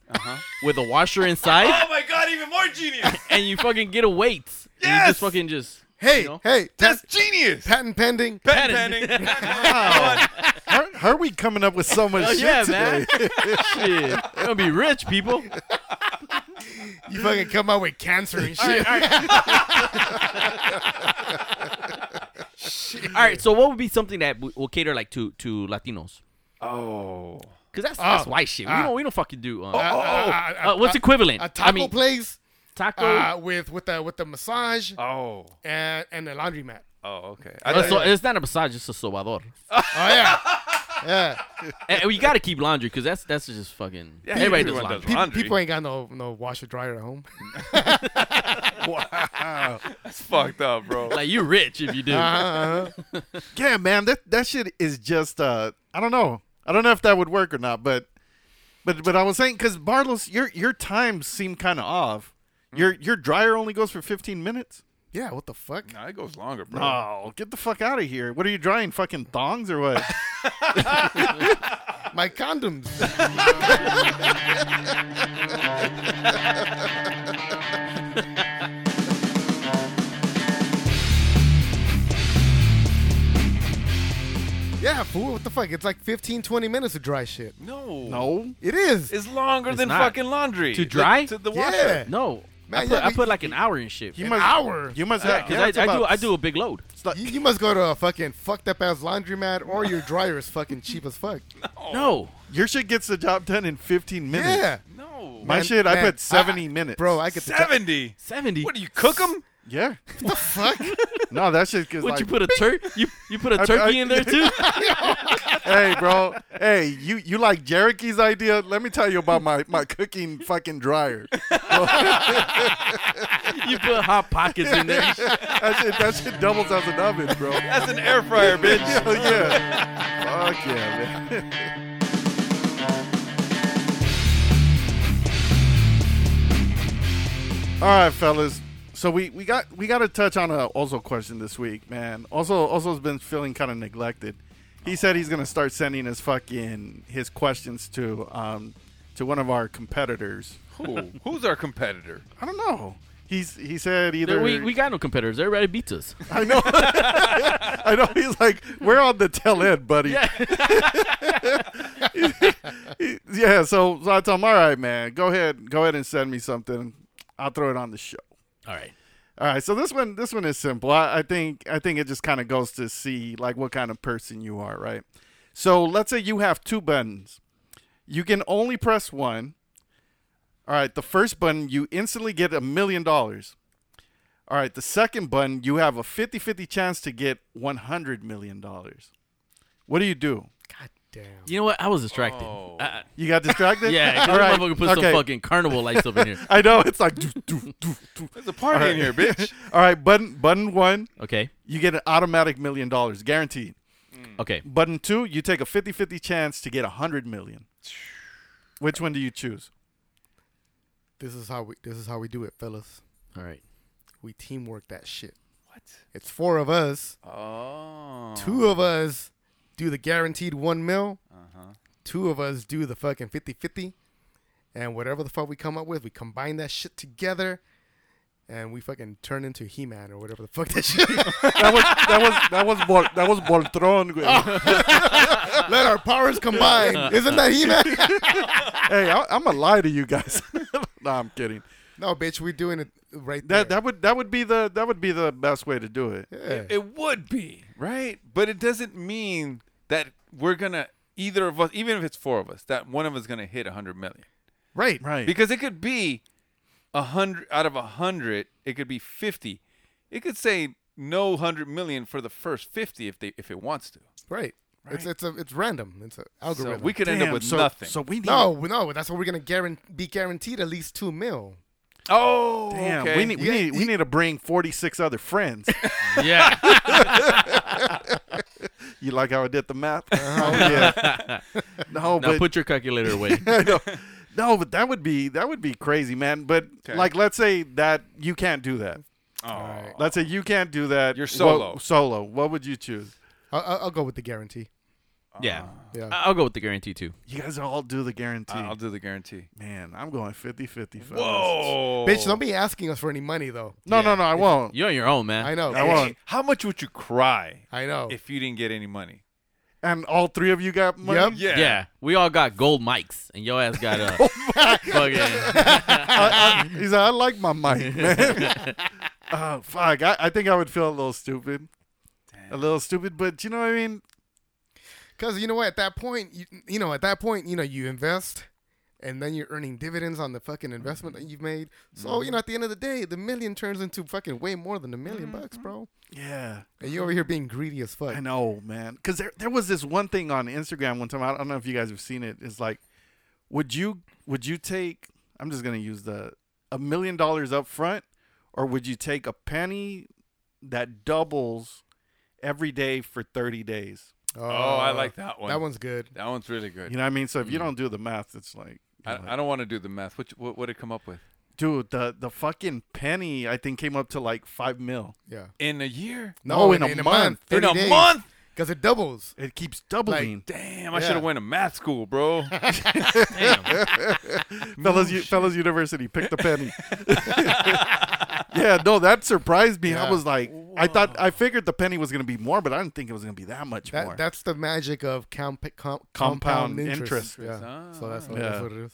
with a washer inside, uh-huh. Oh my god, even more genius. and you fucking get a weight. And you Yes! just fucking just. Hey, you know? hey, That's pat- genius. patent pending. Patent pending. Patent pending. How, how are we coming up with so much Hell shit Oh, yeah, today? man. shit. You're gonna be rich, people. You fucking come out with cancer and shit. All right, so what would be something that w- will cater like to to Latinos? Oh. Cause that's that's white shit. ah. we don't we don't fucking do. Uh, Uh, uh, uh, uh, what's uh, equivalent? A taco I mean, place taco. uh, with with the with the massage Oh. and and the laundromat. Oh, okay. Uh, so it's not a massage; it's a sobador. Oh yeah, yeah. and and we gotta keep laundry because that's that's just fucking. Yeah, everybody does everyone laundry. does Peop- Laundry. people ain't got no no washer dryer at home. wow. That's fucked up, bro. Like, you're rich if you do. Uh-huh, uh-huh. yeah, man, that that shit is just uh I don't know. I don't know if that would work or not, but but but I was saying cuz Barlos your your times seem kind of off. Your your dryer only goes for 15 minutes? Yeah, what the fuck? No, it goes longer, bro. No, Oh, get the fuck out of here. What are you drying fucking thongs or what? My condoms. yeah, fool, what the fuck? It's like 15, 20 minutes of dry shit. No. No. It is. It's longer than not. fucking laundry. To dry? To, to the washer. Yeah. No. Man, I, put, yeah, I we- put like an hour in shit. You An must- hour? You must yeah, have- 'cause yeah, I, it's I do about- I do a big load. you, you must go to a fucking fucked up ass laundromat or your dryer is fucking cheap as fuck. No. Your shit gets the job done in 15 minutes. Yeah. No. My Man, shit, I man, put 70 minutes. Bro, I get the job- 70. 70. What do you cook them? Yeah. the fuck? No, that shit gets What like, you put a tur- you you put I- I- a turkey in there too? hey, bro. Hey, you you like Jericho's idea? Let me tell you about my my cooking fucking dryer. you put hot pockets in there. that shit that shit doubles as an oven, bro. That's an air fryer, bitch. Hell yeah. Fuck yeah, man. All right, fellas. So we, we got we got to touch on a Ozo question this week, man. Also, Ozo's been feeling kind of neglected. He said he's gonna start sending his fucking his questions to um to one of our competitors. Who? Who's our competitor? I don't know. He's he said either There- we, we got no competitors. Everybody beats us. I know. I know. He's like, we're on the tail end, buddy. Yeah. so, so I tell him, all right, man, go ahead, go ahead and send me something. I'll throw it on the show. All right. All right. So this one, this one is simple. I, I think, I think it just kind of goes to see like what kind of person you are, right? So let's say you have two buttons. You can only press one. All right. The first button, you instantly get a million dollars. All right. The second button, you have a 50 50 chance to get $100 million. What do you do? God damn. You know what? I was distracted. I- You got distracted? I- yeah, 'cause All right. this motherfucker put some okay. fucking carnival lights up in here. I know. It's like, doof, doof, doof, doof. There's a party in here, bitch. all right. Button, button one, Okay. you get an automatic million dollars, guaranteed. Okay. Button two, you take a 50 50 chance to get a 100 million. Which one do you choose? This is how we this is how we do it, fellas. All right. We teamwork that shit. What? It's four of us. Oh. Two of us do the guaranteed one mil. Two of us do the fucking 50-50. And whatever the fuck we come up with, we combine that shit together. And we fucking turn into He-Man or whatever the fuck that shit. is. That was that was that was Bol- that was Boltron. güey. Let our powers combine. Isn't that He-Man? hey, I, I'm gonna lie to you guys. no, I'm kidding. no, bitch, we're doing it right That there. that would that would be the that would be the best way to do it. That, yeah. It would be, right? But it doesn't mean that we're going to, either of us, even if it's four of us, that one of us is going to hit 100 million. Right. Right. Because it could be a 100 out of a 100, it could be 50. It could say no 100 million for the first 50 if they if it wants to. Right. It's it's a it's random. It's an algorithm. So we could end up Damn, with so, nothing. So we need no, no, that's what we're gonna guaran- be guaranteed at least two mil. oh, Damn, okay. we need we Yeah, need we you- need to bring 46 other friends. Yeah. you like how I did the math? Oh yeah. No, now but put your calculator away. I know. No, but that would be that would be crazy, man. But like, let's say that you can't do that. Oh. Let's say you can't do that. You're What- solo. solo. What would you choose? I'll, I'll, I'll go with the guarantee. yeah. Yeah. I- I'll go with the guarantee too. You guys all do the guarantee. I'll do the guarantee. man, I'm going 50 50. Oh, Whoa. Bitch, don't be asking us for any money though. No, no, no, I won't. You're on your own, man. I know. I won't. How much would you cry I know. if you didn't get any money? And all three of you got money? Yep. Yeah. We all got gold mics, and your ass got a fucking. I, I, he's like, I like my mic, man. oh, fuck. I, I think I would feel a little stupid. A little stupid, but you know what I mean? Because you know what? At that point, you, you know, at that point, you know, you invest, and then you're earning dividends on the fucking investment that you've made. So you know, at the end of the day, the million turns into fucking way more than a 1000000 bucks, bro. Yeah. And you over here being greedy as fuck. I know, man. Because there, there was this one thing on Instagram one time. I don't know if you guys have seen it. It's like, would you would you take? I'm just gonna use the a million dollars up front, or would you take a penny that doubles every day for 30 days? Oh, I like that one. That one's good. That one's really good. You know what I mean? So if you Mm. don't do the math, it's like, I, I don't want to do the math. What what what did it come up with dude, the the fucking penny I think came up to like five mil. Yeah. in a year? No, in, a, month. In a month. Because it doubles. It keeps doubling. Damn, I should have went to math school, bro. Oh, Fellas, U- Fellas University, pick the penny. yeah, no, that surprised me. I Yeah. was like, I thought, I figured the penny was going to be more, but I didn't think it was going to be that much more. That, that's the magic of comp- com- Compound compound, interest. interest. Yeah. Ah, so that's, alright. that's Yeah. what it is.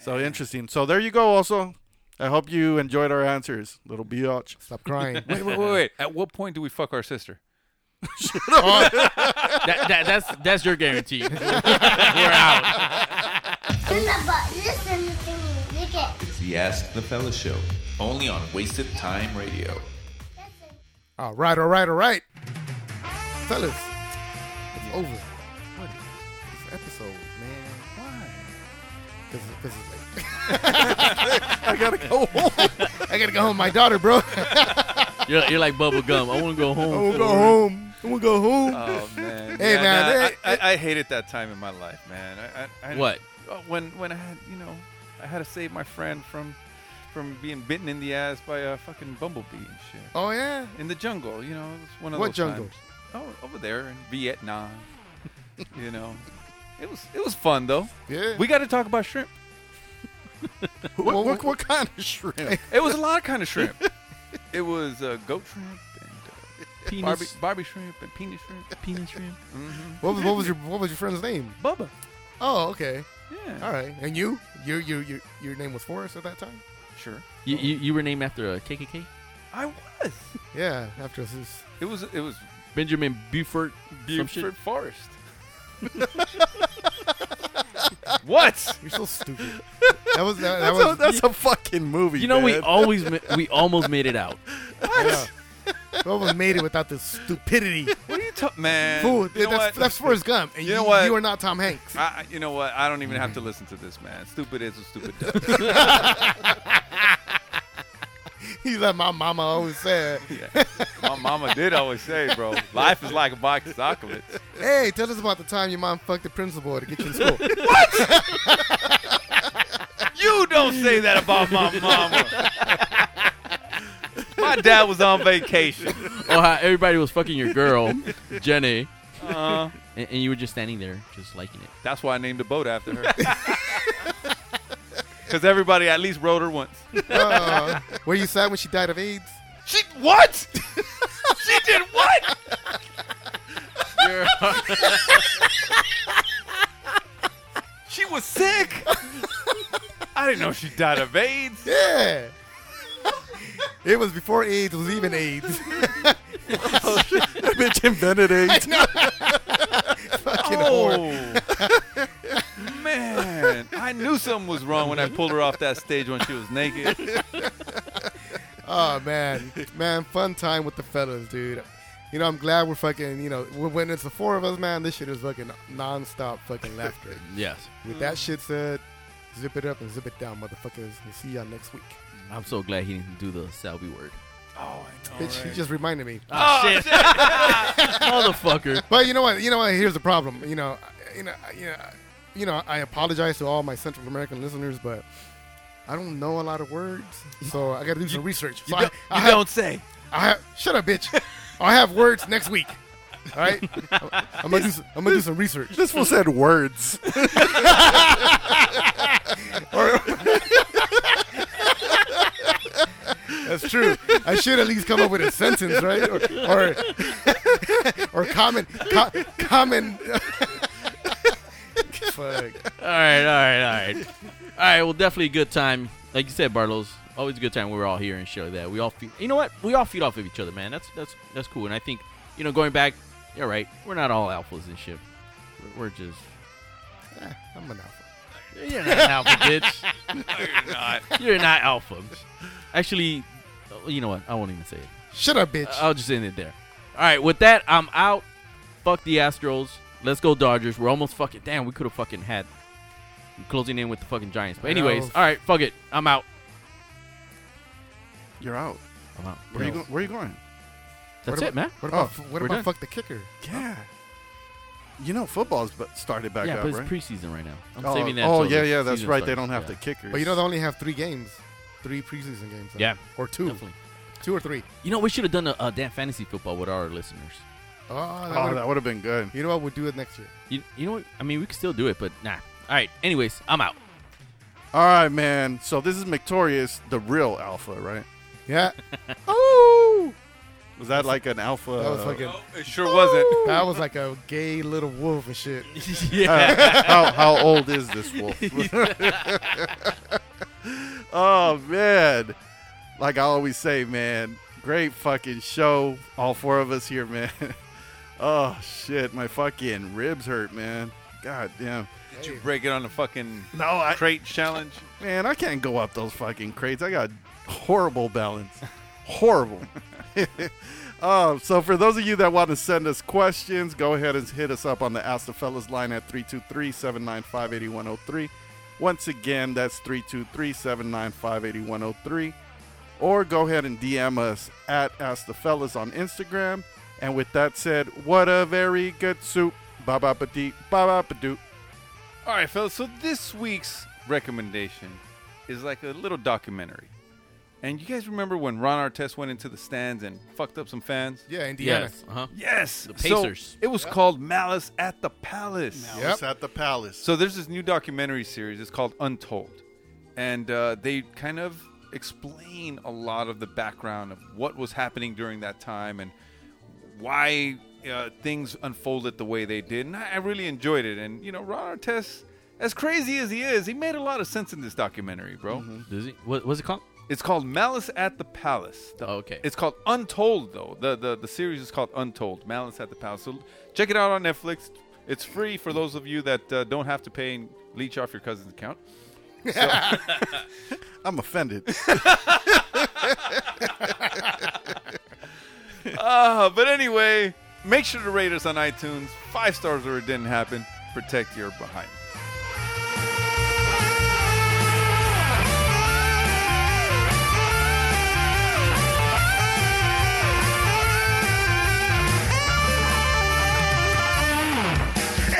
So interesting. So there you go. Also, I hope you enjoyed our answers. Little biatch. Stop crying. wait, wait, wait, wait. At what point do we fuck our sister? that, that, that's that's your guarantee. We're out. Listen to me, look at It's the Ask the Fella Show, only on Wasted Time Radio. All right, all right, all right. Fellas, it's over. What is this episode, man? Why? Because it's like. I gotta go home. I gotta go home, with my daughter, bro. You're, you're like bubble gum. I want to go home. I wanna go home. I wanna go home. Oh man. Hey, man. Yeah, nah, hey, I, I, I hated that time in my life, man. I, I, I What? Oh, When when I had you know I had to save my friend from from being bitten in the ass by a fucking bumblebee and shit. Oh yeah. In the jungle, you know, it was one of What those jungle? times. Oh, over there in Vietnam. you know, it was it was fun though. Yeah. We got to talk about shrimp. what, what, what kind of shrimp? It was a lot of kind of shrimp. it was uh, goat shrimp and uh, Penis. Barbie, Barbie shrimp and penis shrimp. Penis shrimp. hmm What was, what was your What was your friend's name? Bubba? Oh, okay. Yeah. All right. And you? Your your your your name was Forrest at that time? Sure. You, you, you were named after uh, a KKK? I was. Yeah. After this. It was it was Benjamin Buford. some shit? Buford Forest. what? You're so stupid. That was that, that That's, a, was that's a fucking movie. You know, we man. always ma- we almost made it out. Yeah. We almost made it without this stupidity. What are you talking, man? Fool, You know that's, what? that's Forrest Gump. And You know what? You are not Tom Hanks. I, I- you know what? I don't even have to listen to this, man. Stupid is what stupid does. He's like my mama always said. Yeah. My mama did always say, bro, life is like a box of chocolates. Hey, tell us about the time your mom fucked the principal to get you in school. You don't say that about my mama. My dad was on vacation. Or how Oh, everybody was fucking your girl, Jenny, Uh, and, and you were just standing there, just liking it. that's why I named the boat after her. Because everybody at least rode her once. Uh, were you sad when she died of AIDS? She what? she did what? She was sick. I didn't know she died of AIDS. Yeah. It was before AIDS was even AIDS. that bitch invented AIDS. Fucking whore. Oh man, I knew something was wrong when I pulled her off that stage when she was naked. Oh man, man, fun time with the fellas, dude. You know, I'm glad we're fucking. You know, when- when it's the four of us, man, this shit is fucking nonstop fucking laughter. Yes. With that shit said, zip it up and zip it down, motherfuckers. We'll see y'all next week. I'm so glad he didn't do the Salvi word. Oh, I know. Bitch, right? he just reminded me. Oh, shit. Motherfucker. But you know what? You know what? Here's the problem. You know, I- you know, I- you know, I- you know. I apologize to all my Central American listeners, but I don't know a lot of words, so I got to do some research. So You I, don't, I you have- don't say. I have, shut up, bitch. I have words next week. All right, I'm gonna do some, I'm gonna do some research. This one said words. That's true. I should at least come up with a sentence, right? Or or, or common co- common. Fuck. All right, all right, all right. All right, well, definitely a good time. Like you said, Barlos, always a good time. when We're all here and shit like that. We all feed, you know what? We all feed off of each other, man. That's that's that's cool. And I think, you know, going back, you're right. We're not all alphas and shit. We're, we're just, Eh, I'm an alpha. you're not an alpha, bitch. You're not. You're not alpha. Actually, you know what? I won't even say it. Shut up, bitch. Uh, I'll just end it there. All right, with that, I'm out. Fuck the Astros. Let's go Dodgers. We're almost fucking. Damn, we could have fucking had closing in with the fucking Giants. But I anyways, know. all right, fuck it. I'm out. You're out. I'm out. Where you go- where you going? That's What it, about- man. what about- Oh, what We're about done. fuck the kicker? Yeah. You know, football's but started back Yeah, up, but it's right? preseason right now. I'm oh, saving that Oh, till yeah, the yeah, that's season right. They starts. don't have Yeah. the kickers. But you know, they only have three games, three preseason games. huh? Yeah. or two, Definitely. two or three. You know, we should have done a, a damn fantasy football with our listeners. Oh, Oh, would've- that would've been good. You know what? We'll do it next year. You, you know what? I mean, we could still do it, but nah. All right. Anyways, I'm out. All right, man. So this is Victorious, the real alpha, right? Yeah. oh. Was that like an alpha? That was fucking. it sure wasn't. That was like a gay little wolf and shit. Uh, how, how old is this wolf? oh man, like I always say, man, great fucking show. All four of us here, man. oh shit, my fucking ribs hurt, man. God damn. Did you break it on the fucking no, I, crate challenge? Man, I can't go up those fucking crates. I got horrible balance. horrible. um, so, for those of you that want to send us questions, go ahead and hit us up on the Ask the Fellas line at 323 795 8103. Once again, that's 323 795 8103. Or go ahead and DM us at Ask the Fellas on Instagram. And with that said, what a very good soup. Ba ba ba dee, ba ba ba doo. All right, fellas. So this week's recommendation is like a little documentary. And you guys remember when Ron Artest went into the stands and fucked up some fans? Yeah, Indiana. Yes, uh-huh. Yes. The So Pacers. it was Yep. called Malice at the Palace. Malice Yep. at the Palace. So there's this new documentary series. It's called Untold, and uh, they kind of explain a lot of the background of what was happening during that time and why uh, things unfolded the way they did. And I, I really enjoyed it. And you know, Ron Artest, as crazy as he is, he made a lot of sense in this documentary, bro. Does he? What was it called? It's called Malice at the Palace. The- Okay. It's called Untold though. The the the series is called Untold. Malice at the Palace. So check it out on Netflix. It's free for those of you that uh, don't have to pay and leech off your cousin's account. I'm offended. uh, but anyway, make sure to rate us on iTunes. Five stars or it didn't happen. Protect your behind.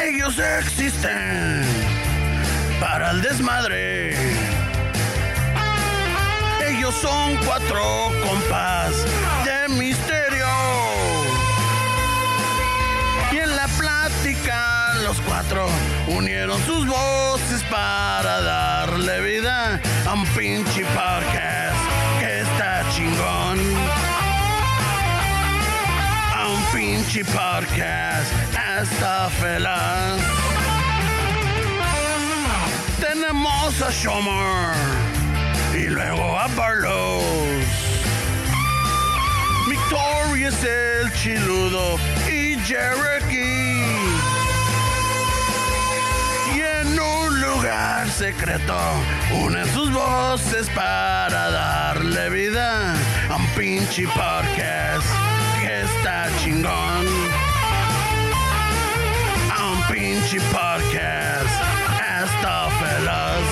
Ellos existen para el desmadre. Ellos son cuatro compas de misterio. Y en la plática los cuatro unieron sus voces para darle vida a un pinche podcast que está chingón. A un pinche podcast está feliz. Tenemos a Shomer y luego a Barlow. Victoria es el chiludo y Cherokee. Y en un lugar secreto unen sus voces para darle vida a un pinche podcast que está chingón. A un pinche podcast está feliz.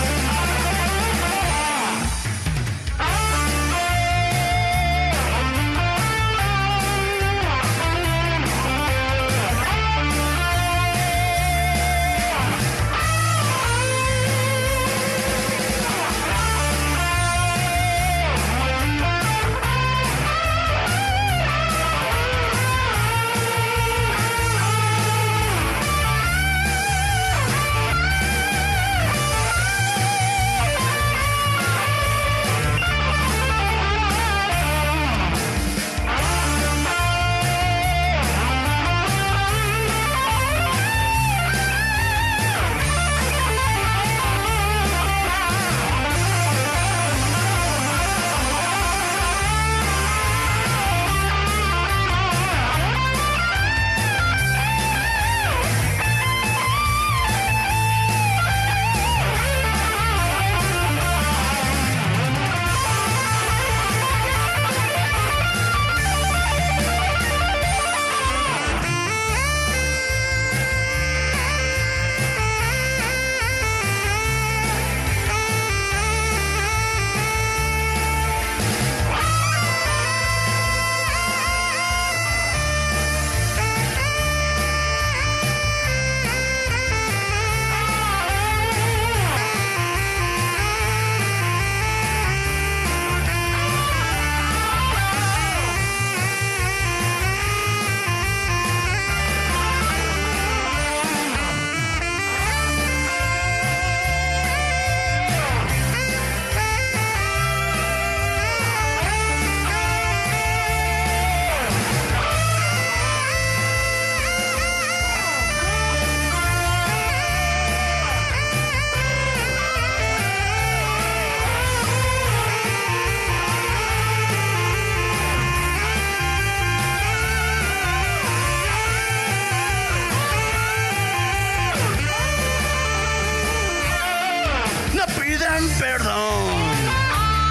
dan perdón,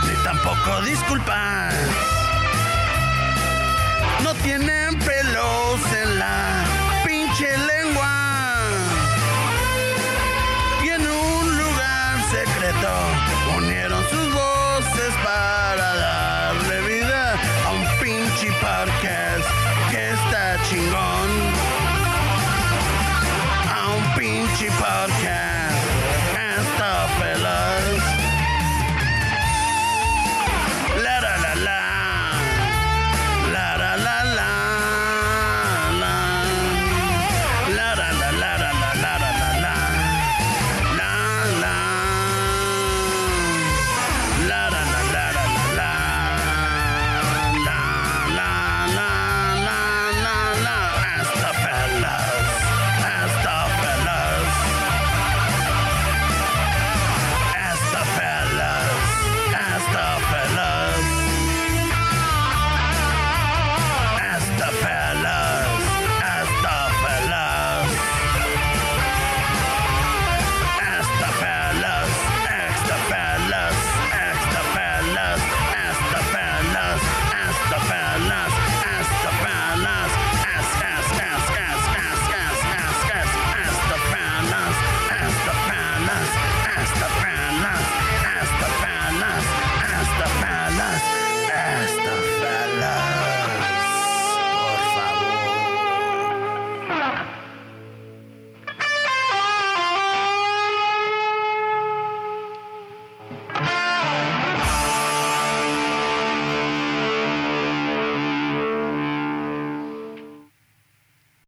ni tampoco disculpas. No tienen pelos